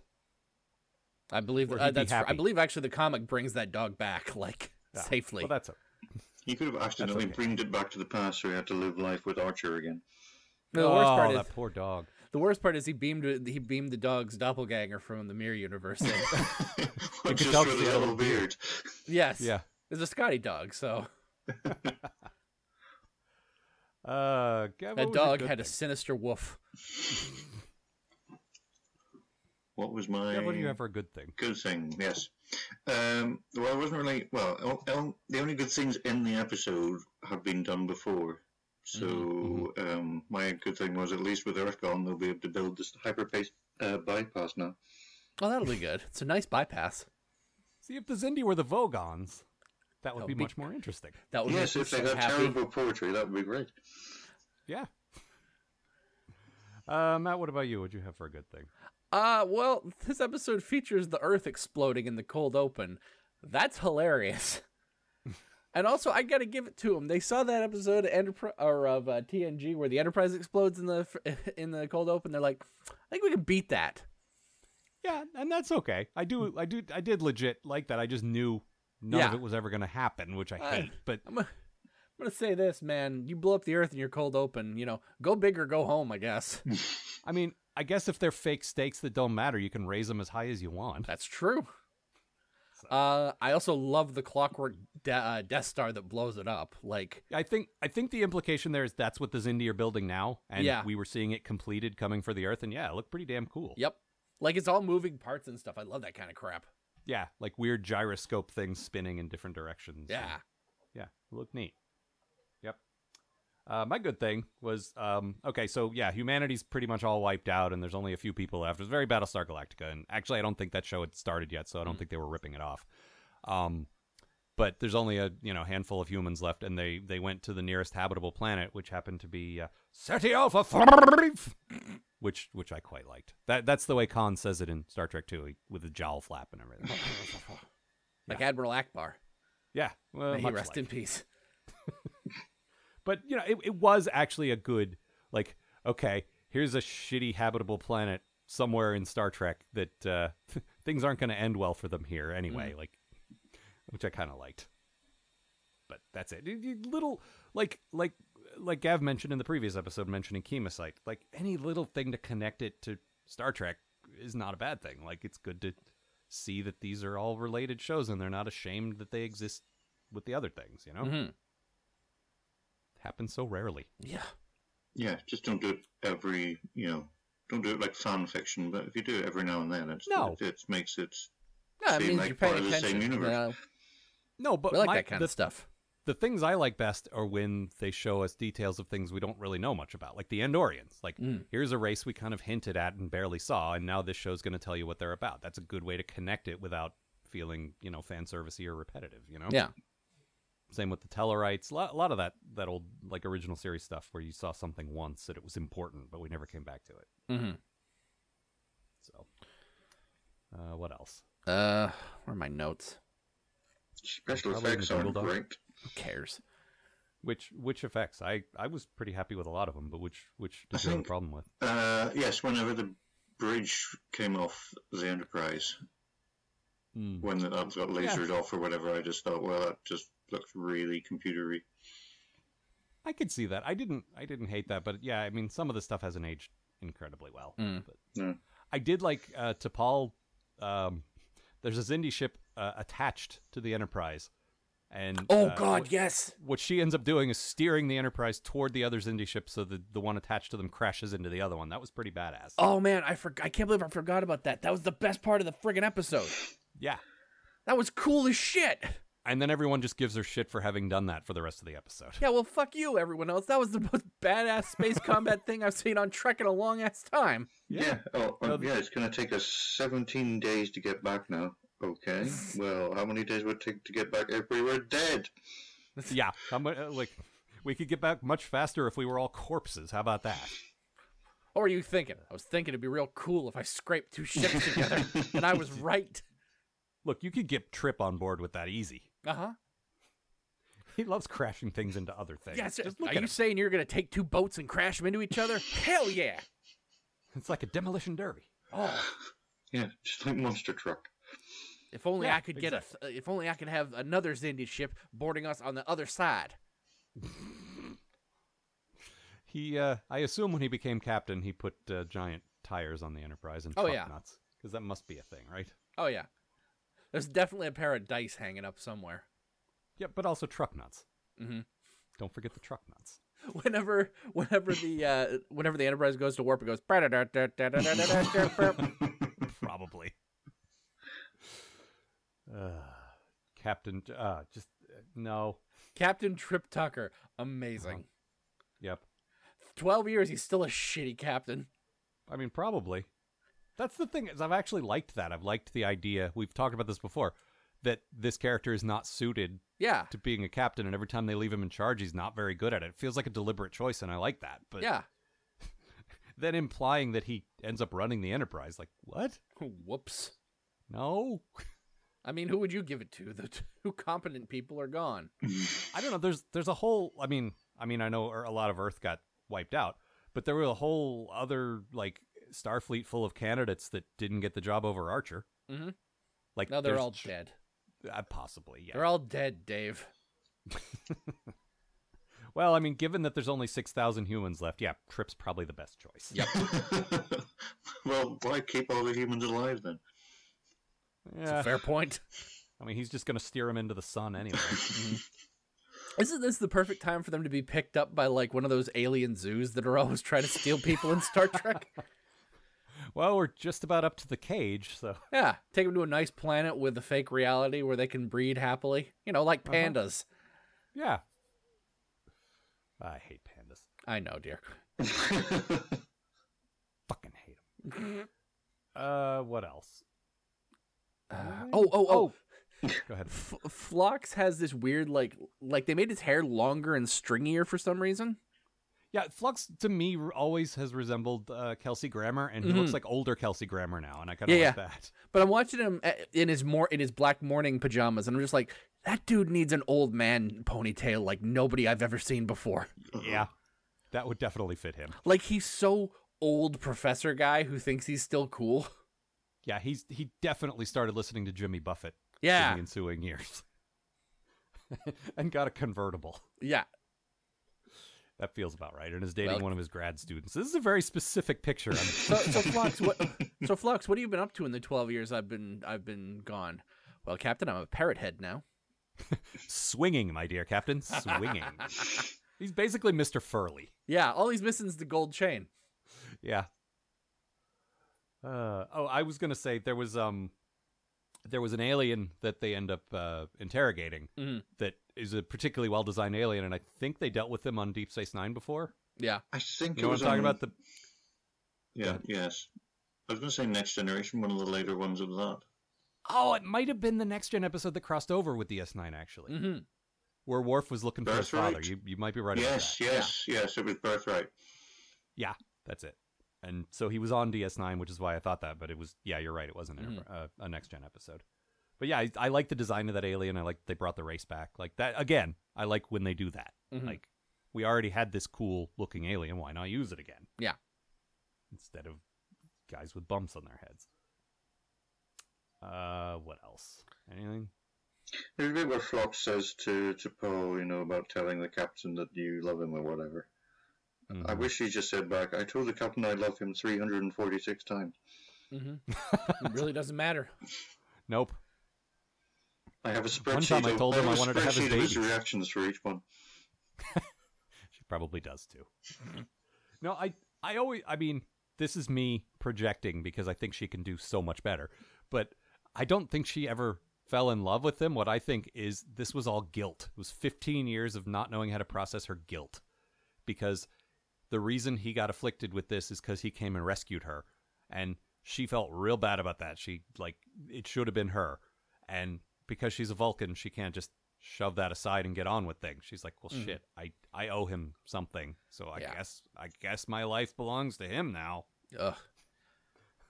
S6: I believe
S5: Or
S6: uh,
S5: he'd be
S6: that's I
S5: happy.
S6: believe actually the comic brings that dog back like
S5: Yeah.
S6: safely.
S5: Ah, Well, that's a
S7: He could have accidentally
S5: okay.
S7: bringed it back to the past, so he had to live life with Archer again.
S6: No, the worst
S5: oh,
S6: part
S5: that
S6: is
S5: poor dog.
S6: the worst part is he beamed he beamed the dog's doppelganger from the Mirror Universe. in.
S7: Just
S5: dog
S7: for
S5: with a
S7: the yellow
S5: little
S7: beard.
S6: yes.
S5: Yeah.
S6: It's a Scotty dog, so
S5: Uh,
S6: that dog had a sinister woof.
S7: What was my
S5: Yeah, what do you have for a good thing?
S7: good thing? Yes. Um, well, I wasn't really. Well, el- el- the only good things in the episode have been done before. So
S6: Mm, mm-hmm.
S7: um, my good thing was at least with Earth gone, they'll be able to build this hyperpace uh, bypass now.
S6: Well, that'll be good. It's a nice bypass.
S5: See, if the Zindi were the Vogons, that would
S6: That
S5: be,
S6: would be-
S5: much more interesting.
S6: That would make
S7: yes,
S6: me
S7: if they
S6: so
S7: had
S6: happy.
S7: terrible poetry, that would be great.
S5: Yeah. Uh, Matt, what about you? What do you have for a good thing?
S6: Uh, well, this episode features the Earth exploding in the cold open. That's hilarious. and also, I gotta give it to them. They saw that episode of, Enterpri- or of uh, TNG where the Enterprise explodes in the in the cold open. They're like, I think we can beat that.
S5: Yeah, and that's okay. I do, I do, I did legit like that. I just knew none of
S6: Yeah.
S5: it was ever going to happen, which I
S6: Uh,
S5: hate. But
S6: I'm gonna, I'm gonna say this, man. You blow up the Earth in your cold open. You know, go big or go home. I guess
S5: I mean, I guess if they're fake stakes that don't matter, you can raise them as high as you want.
S6: that's true. Uh, I also love the clockwork de- uh, Death Star that blows it up. Like,
S5: I think, I think the implication there is that's what the Zindi are building now, and
S6: Yeah.
S5: we were seeing it completed coming for the Earth, and yeah, it looked pretty damn cool.
S6: Yep. Like it's all moving parts and stuff. I love that kind of crap.
S5: Yeah, like weird gyroscope things spinning in different directions.
S6: Yeah.
S5: Yeah, look neat. Yep. Uh, my good thing was um, okay, so yeah, humanity's pretty much all wiped out, and there's only a few people left. It's very Battlestar Galactica, and actually, I don't think that show had started yet, so I don't
S6: Hmm.
S5: think they were ripping it off. Um, but there's only a you know handful of humans left, and they they went to the nearest habitable planet, which happened to be uh, SETI Alpha, F- which which I quite liked. That that's the way Khan says it in Star Trek Two, with the jowl flap and everything.
S6: Like Admiral Akbar.
S5: yeah, well,
S6: May he
S5: Uh, much
S6: rest
S5: like.
S6: in peace.
S5: but you know it, it was actually a good like okay here's a shitty habitable planet somewhere in star trek that uh, things aren't going to end well for them here anyway like which i kind of liked but that's it You- you little like like like gav mentioned in the previous episode mentioning chemosite like any little thing to connect it to star trek is not a bad thing like it's good to see that these are all related shows and they're not ashamed that they exist with the other things you know
S6: Mhm.
S5: happens so rarely
S6: Yeah.
S7: Yeah, just don't do it every, you know, don't do it like fan fiction, but if you do it every now and then, it's,
S5: No.
S7: it, it makes it.
S6: No, it
S7: seem
S6: means
S7: like
S6: you're
S7: part
S6: paying
S7: of the same
S6: attention.
S7: universe.
S6: Yeah,
S5: No, but
S6: we like
S5: my-
S6: that kind
S5: the,
S6: of stuff.
S5: The things I like best are when they show us details of things we don't really know much about, like the Andorians. Like,
S6: Hmm.
S5: here's a race we kind of hinted at and barely saw, and now this show's going to tell you what they're about. That's a good way to connect it without feeling, you know, fan servicey or repetitive. You know,
S6: Yeah.
S5: Same with the Tellarites. A lot, a lot of that that old like original series stuff where you saw something once that it was important, but we never came back to it.
S6: Mm-hmm.
S5: So, uh, what else?
S6: Uh, where are my notes?
S7: Special
S5: Probably in
S7: effects
S5: the
S7: aren't
S5: Google Doc.
S7: great.
S6: Who
S5: Uh,
S6: cares?
S5: Which which effects? I I was pretty happy with a lot of them, but which which
S7: I
S5: did you have a
S7: think-
S5: problem with?
S7: Uh, yes, whenever the bridge came off the Enterprise,
S5: Mm.
S7: when that got lasered off or whatever, I just thought, well, that just looks really computery.
S5: I could see that. I didn't. I didn't hate that, but yeah, I mean, some of the stuff hasn't aged incredibly well.
S6: Mm.
S5: But
S7: Yeah.
S5: I did like uh, T'Pol. Um, there's a Zindi ship uh, attached to the Enterprise, and
S6: Oh
S5: uh,
S6: God,
S5: what,
S6: yes.
S5: what she ends up doing is steering the Enterprise toward the other Zindi ship, so the the one attached to them crashes into the other one. That was pretty badass.
S6: Oh man, I forgot. I can't believe I forgot about that. That was the best part of the friggin' episode.
S5: Yeah,
S6: That was cool as shit.
S5: and then everyone just gives her shit for having done that for the rest of the episode.
S6: Yeah, well, fuck you, everyone else. That was the most badass space combat thing I've seen on Trek in a long ass time.
S7: Yeah. Oh,
S5: No,
S7: um,
S5: th-
S7: yeah. It's going to take us 17 days to get back now. Okay. Well, how many days would it take to get back if we were dead?
S5: Yeah, I'm, uh, like we could get back much faster if we were all corpses. How about that?
S6: What were you thinking? I was thinking it'd be real cool if I scraped two ships together, and I was right.
S5: Look, you could get Trip on board with that easy.
S6: Uh huh.
S5: He loves crashing things into other things.
S6: Yes.
S5: Just look
S6: Are
S5: at
S6: you
S5: him.
S6: saying you're gonna take two boats and crash them into each other? Hell yeah.
S5: It's like a demolition derby.
S6: Oh,
S7: Yeah, just like monster truck.
S6: if only
S5: Yeah,
S6: I could get a. Th- if only I could have another Zindi ship boarding us on the other side.
S5: He, uh, I assume when he became captain, he put uh, giant tires on the Enterprise and
S6: Oh,
S5: truck
S6: yeah.
S5: nuts. Because that must be a thing, right?
S6: Oh yeah. There's definitely a pair of dice hanging up somewhere.
S5: Yeah, but also truck nuts.
S6: Mhm.
S5: Don't forget the truck nuts.
S6: Whenever, whenever the uh, whenever the Enterprise goes to warp, it goes. "Ba-da-da-da-da-da-da-da-da-da-da-da."
S5: Probably. uh, captain, uh, just, uh, no.
S6: Captain Trip Tucker, amazing.
S5: Yep.
S6: Twelve years, he's still a shitty captain.
S5: I mean, probably. That's the thing is, I've actually liked that. I've liked the idea. We've talked about this before, that this character is not suited
S6: Yeah,
S5: to being a captain, and every time they leave him in charge, he's not very good at it. It feels like a deliberate choice, and I like that. But
S6: yeah.
S5: then implying that he ends up running the Enterprise, like what?
S6: Whoops.
S5: No,
S6: I mean, who would you give it to? The two competent people are gone.
S5: I don't know. There's there's a whole. I mean, I mean, I know er, a lot of Earth got wiped out, but there were a whole other like Starfleet full of candidates that didn't get the job over Archer.
S6: Mhm.
S5: Like
S6: No, they're
S5: there's
S6: all
S5: ch-
S6: dead.
S5: Uh, possibly, yeah.
S6: They're all dead, Dave.
S5: well, I mean, given that there's only six thousand humans left, yeah, Trip's probably the best choice.
S6: Yep.
S7: well, why keep all the humans alive then?
S6: It's a
S5: Yeah.
S6: fair point.
S5: I mean, he's just gonna steer him into the sun anyway.
S6: Isn't this the perfect time for them to be picked up by like one of those alien zoos that are always trying to steal people in Star Trek?
S5: Well, we're just about up to the cage, so
S6: Yeah, take them to a nice planet with a fake reality where they can Uh-huh. breed happily. You know, like pandas.
S5: yeah. I hate pandas.
S6: I know, dear.
S5: Fucking hate him. Uh, what else?
S6: Uh, oh, oh, oh.
S5: Go ahead.
S6: F- Phlox has this weird, like, like they made his hair longer and stringier for some reason.
S5: Yeah, Flux to me r- always has resembled uh, Kelsey Grammer, and he looks like older Kelsey Grammer now, and I kind of
S6: Mm-hmm. Yeah,
S5: like
S6: yeah.
S5: that.
S6: But I'm watching him uh, in his more in his black morning pajamas, and I'm just like, that dude needs an old man ponytail like nobody I've ever seen before.
S5: Yeah, that would definitely fit him.
S6: Like he's so old, professor guy who thinks he's still cool.
S5: Yeah, he's he definitely started listening to Jimmy Buffett in
S6: Yeah,
S5: the ensuing years, and got a convertible.
S6: yeah.
S5: That feels about right, and is dating
S6: Well-
S5: one of his grad students. This is a very specific picture. I'm-
S6: So, so Flux, what? So Flux, what have you been up to in the 12 years I've been I've been gone? Well, Captain, I'm a parrot head now.
S5: swinging, my dear captain, swinging. he's basically Mr. Furley.
S6: Yeah, all he's missing is the gold chain.
S5: Yeah. Uh, oh, I was gonna say there was um, there was an alien that they end up uh, interrogating
S6: Mhm.
S5: that is a particularly well designed alien, and I think they dealt with them on Deep Space Nine before.
S6: Yeah.
S7: I think
S5: You
S7: it
S5: know what I'm
S7: was
S5: talking
S7: on-
S5: about? The
S7: Yeah, yes. I was going to say Next Generation, one of the later ones of that.
S5: oh, it might have been the next gen episode that crossed over with DS Nine actually,
S6: Mm-hmm.
S5: where Worf was looking for his
S7: Mm. That's
S5: father.
S7: right.
S5: You you might be right. about
S7: yes,
S5: that.
S7: yes, yes. It was Birthright.
S5: yeah, that's it. And so he was on DS Nine, which is why I thought that. But it was yeah, you're right. It wasn't
S7: Mm-hmm.
S5: an
S6: Mhm.
S5: uh, a next gen episode. But yeah, I, I like the design of that alien. I like they brought the race back like that again. I like when they do that.
S7: Mm-hmm.
S6: Mhm.
S5: Like we already had this cool looking alien. Why not use it again?
S6: Yeah.
S5: Instead of guys with bumps on their heads. Uh, what else? Anything?
S7: There's a bit where Flox says to, to Poe, you know, about telling the captain that you love him or whatever. I
S5: Mhm.
S7: wish he just said back, I told the captain I love him 346 times.
S6: Mm-hmm. it really doesn't matter.
S5: Nope.
S7: I have a spreadsheet.
S5: One time I
S7: of-
S5: told him
S7: have
S5: I
S7: a
S5: wanted to have his
S7: spreadsheet of his
S5: babies.
S7: reactions for each one.
S5: She probably does too. no, I I always I mean, this is me projecting because I think she can do so much better. But I don't think she ever fell in love with him. What I think is this was all guilt. It was 15 years of not knowing how to process her guilt because the reason he got afflicted with this is cuz he came and rescued her and she felt real bad about that. She like it should have been her. And because she's a Vulcan, she can't just shove that aside and get on with things. She's like, "Well,
S6: Mhm.
S5: shit, I I owe him something, so I
S6: Yeah.
S5: guess I guess my life belongs to him now."
S6: Ugh.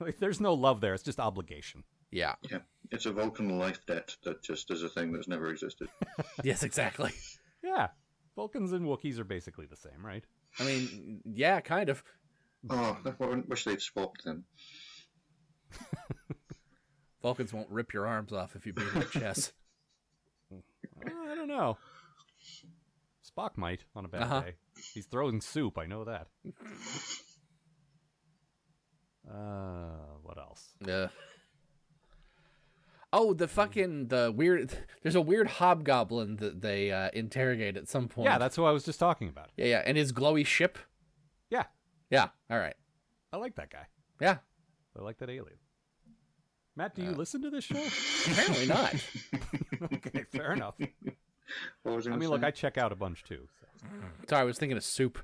S5: Like, there's no love there; it's just obligation.
S6: Yeah.
S7: Yeah. It's a Vulcan life debt that just is a thing that's never existed.
S6: Yes, exactly.
S5: Yeah, Vulcans and Wookiees are basically the same, right?
S6: I mean, yeah, kind of.
S7: oh, I wish they'd swapped them.
S6: Vulcans won't rip your arms off if you beat them at chess.
S5: Uh, I don't know. Spock might on a bad
S6: Uh-huh.
S5: day. He's throwing soup. I know that. Uh, what else?
S6: Yeah. Oh, the fucking the weird. There's a weird hobgoblin that they uh, interrogate at some point.
S5: Yeah, that's who I was just talking about.
S6: yeah, yeah, and his glowy ship.
S5: Yeah,
S6: Yeah. All right.
S5: I like that guy.
S6: Yeah.
S5: I like that alien. Matt, do you listen to this show?
S6: Apparently not.
S5: okay, fair enough.
S7: What was
S5: I
S7: gonna
S5: mean, look,
S7: say?
S5: I check out a bunch too. So,
S6: Sorry, I was thinking of soup.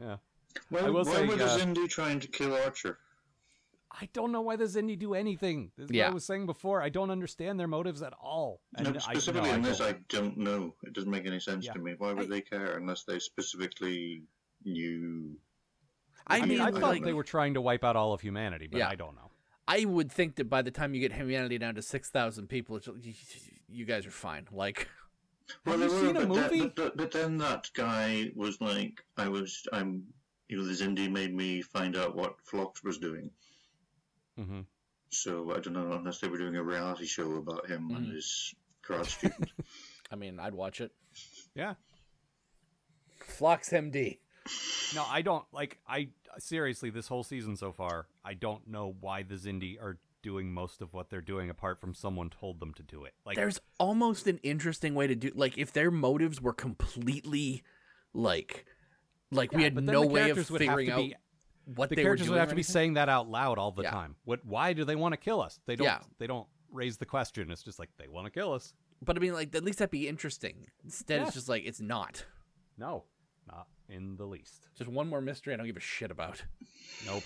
S5: yeah.
S7: Why,
S5: I will
S7: why
S5: say,
S7: were the
S5: uh,
S7: Zindi trying to kill Archer?
S5: I don't know why the Zindi do anything. This is what
S6: Yeah.
S5: I was saying before. I don't understand their motives at all.
S7: No, specifically
S5: I
S7: in this,
S5: don't.
S7: I don't know. It doesn't make any sense
S5: Yeah.
S7: to me. Why would
S5: I-
S7: they care unless they specifically knew?
S6: I,
S5: I mean,
S6: mean,
S5: I
S7: I
S5: thought
S6: like,
S5: they were trying to wipe out all of humanity, but
S6: Yeah.
S5: I don't know.
S6: I would think that by the time you get humanity down to six thousand people, it's, you guys are fine. Like,
S5: Have you
S7: they
S5: seen a
S7: but that-
S5: movie?
S7: but, but- but then that guy was like, "I was, I'm." You know, the Zindi made me find out what Flox was doing.
S5: Mm-hmm.
S7: So I don't know unless they were doing a reality show about him and
S5: Mm.
S6: Mhm.
S7: his grad student.
S6: I mean, I'd watch it.
S5: Yeah.
S6: Flox MD.
S5: No, I don't. Like, I seriously, this whole season so far, I don't know why the Zindi are doing most of what they're doing apart from someone told them to do it. Like,
S6: There's almost an interesting way to do like if their motives were completely like like we
S5: Yeah,
S6: had
S5: but then
S6: no
S5: the
S6: way of
S5: characters would have
S6: figuring
S5: to
S6: out
S5: be-
S6: what
S5: the
S6: they
S5: characters
S6: were doing.
S5: would have to
S6: or
S5: be
S6: anything.
S5: saying that out loud all the
S6: Yeah.
S5: time. What? Why do they want to kill us? They don't.
S6: Yeah.
S5: They don't raise the question. It's just like they want to kill us.
S6: But I mean, like at least that'd be interesting. Instead,
S5: Yeah.
S6: it's just like it's not.
S5: No. Not in the least.
S6: Just one more mystery I don't give a shit about.
S5: Nope.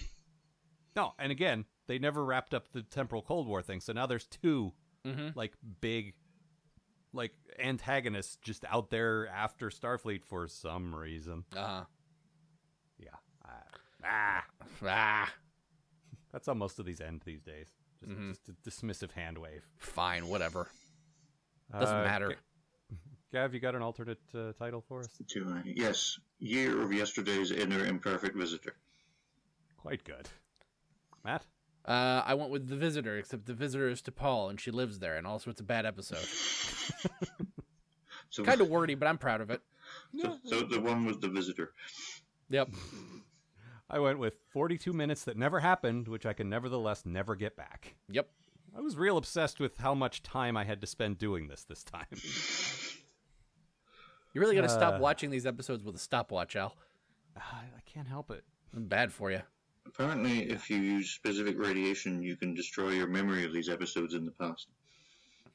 S5: No, and again, they never wrapped up the temporal Cold War thing, so now there's 2
S6: Mm-hmm.
S5: like big like antagonists just out there after Starfleet for some reason.
S6: Uh-huh.
S5: Yeah. I-
S6: Ah. Ah.
S5: that's how most of these end these days. Just,
S6: Mm-hmm.
S5: just a dismissive hand wave.
S6: Fine, whatever. Doesn't
S5: Uh,
S6: matter.
S5: Ga- Gav, you got an alternate uh, title for us?
S7: Do I? Yes. Year of Yesterday's Inner Imperfect Visitor.
S5: Quite good. Matt?
S6: Uh, I went with the visitor, except the visitor is to Paul, and she lives there, and also it's a bad episode.
S7: So,
S6: kind of wordy, but I'm proud of it.
S7: so, so the one was the visitor.
S6: Yep.
S5: I went with 42 minutes that never happened, which I can nevertheless never get back.
S6: Yep.
S5: I was real obsessed with how much time I had to spend doing this this time.
S6: You really got to
S5: Uh.
S6: stop watching these episodes with a stopwatch, Al.
S5: I, Ah, I can't help it.
S6: Bad for you.
S7: Apparently, if you use specific radiation, you can destroy your memory of these episodes in the past.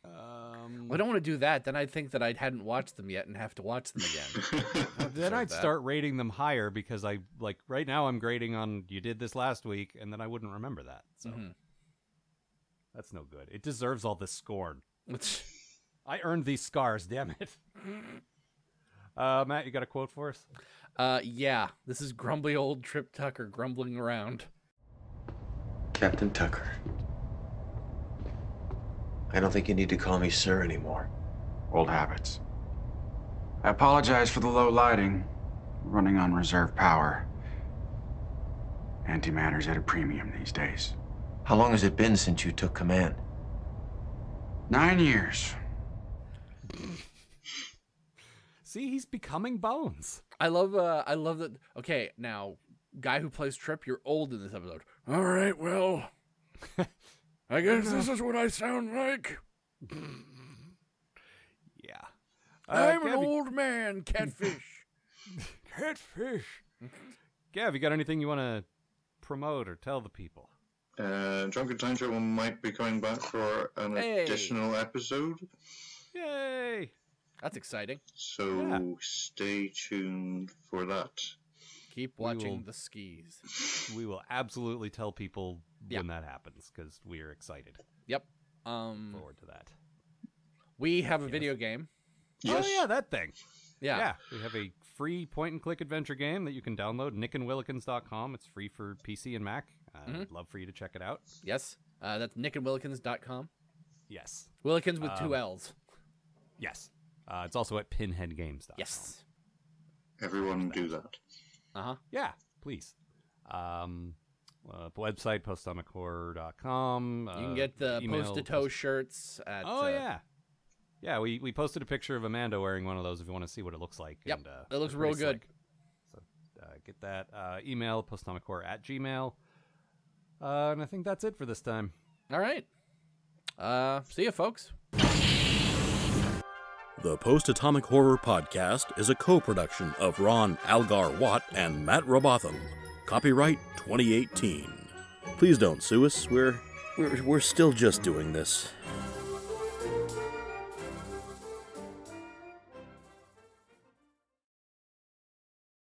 S6: Well, I don't want to do that. Then I'd think that I hadn't watched them yet and have to watch them again.
S5: then I'd
S6: that.
S5: start rating them higher because I like right now I'm grading on you did this last week and then I wouldn't remember that. So
S6: Mm-hmm.
S5: that's no good. It deserves all this scorn.
S6: Which-
S5: I earned these scars, damn it. Uh, Matt, you got a quote for us?
S6: uh, yeah, this is grumbly old Trip Tucker grumbling around.
S11: Captain Tucker. I don't think you need to call me sir anymore.
S12: Old habits. I apologize for the low lighting. Running on reserve power. Antimatter's at a premium these days.
S11: How long has it been since you took command?
S12: Nine years.
S5: See, he's becoming Bones.
S6: I love, uh, I love that. Okay, now, guy who plays Trip, you're old in this episode. All right, well, I guess this is what I sound like.
S5: Yeah. Uh,
S6: I'm an
S5: Gabby-
S6: old man, catfish.
S5: Catfish. Gav, you got anything you want to promote or tell the people?
S7: Uh, Drunken Time Travel might be coming back for an
S6: Hey.
S7: additional episode,
S5: Yay!
S6: That's exciting.
S7: so
S5: Yeah.
S7: stay tuned for that.
S6: Keep
S5: We
S6: watching
S5: will-
S6: the skis.
S5: We will absolutely tell people
S6: Yeah.
S5: when that happens because we're excited
S6: Yep. Um,
S5: forward to that.
S6: we have a video game.
S7: Yes.
S5: Oh yeah, that thing.
S6: Yeah.
S5: we have a free point and click adventure game that you can download nickandwillikins.com. It's free for PC and Mac. I'd
S6: Mm-hmm.
S5: love for you to check it out.
S6: Yes. Uh, that's nickandwillikins.com.
S5: Yes,
S6: Willikins with two
S5: Um,
S6: L's.
S5: yes. Uh, it's also at pinheadgames.com.
S6: Yes.
S7: Everyone do that.
S6: Uh huh.
S5: Yeah, please. Um, uh, website postomachorror.com.
S6: You can get
S5: uh,
S6: the post toe shirts at
S5: Oh
S6: uh,
S5: yeah, yeah. We we posted a picture of Amanda wearing one of those if you want to see what it looks like.
S6: Yep,
S5: and, uh,
S6: it looks
S5: they're
S6: real
S5: pretty
S6: good.
S5: slick. So uh, get that uh, email posttomachorror at gmail. Uh, and I think that's it for this time.
S6: All right. Uh, see you, folks.
S4: The Post Atomic Horror Podcast is a co production of Ron Algar Watt and Matt Robotham. Copyright 2018. Please don't sue us. We're,
S9: We're, we're still just doing this.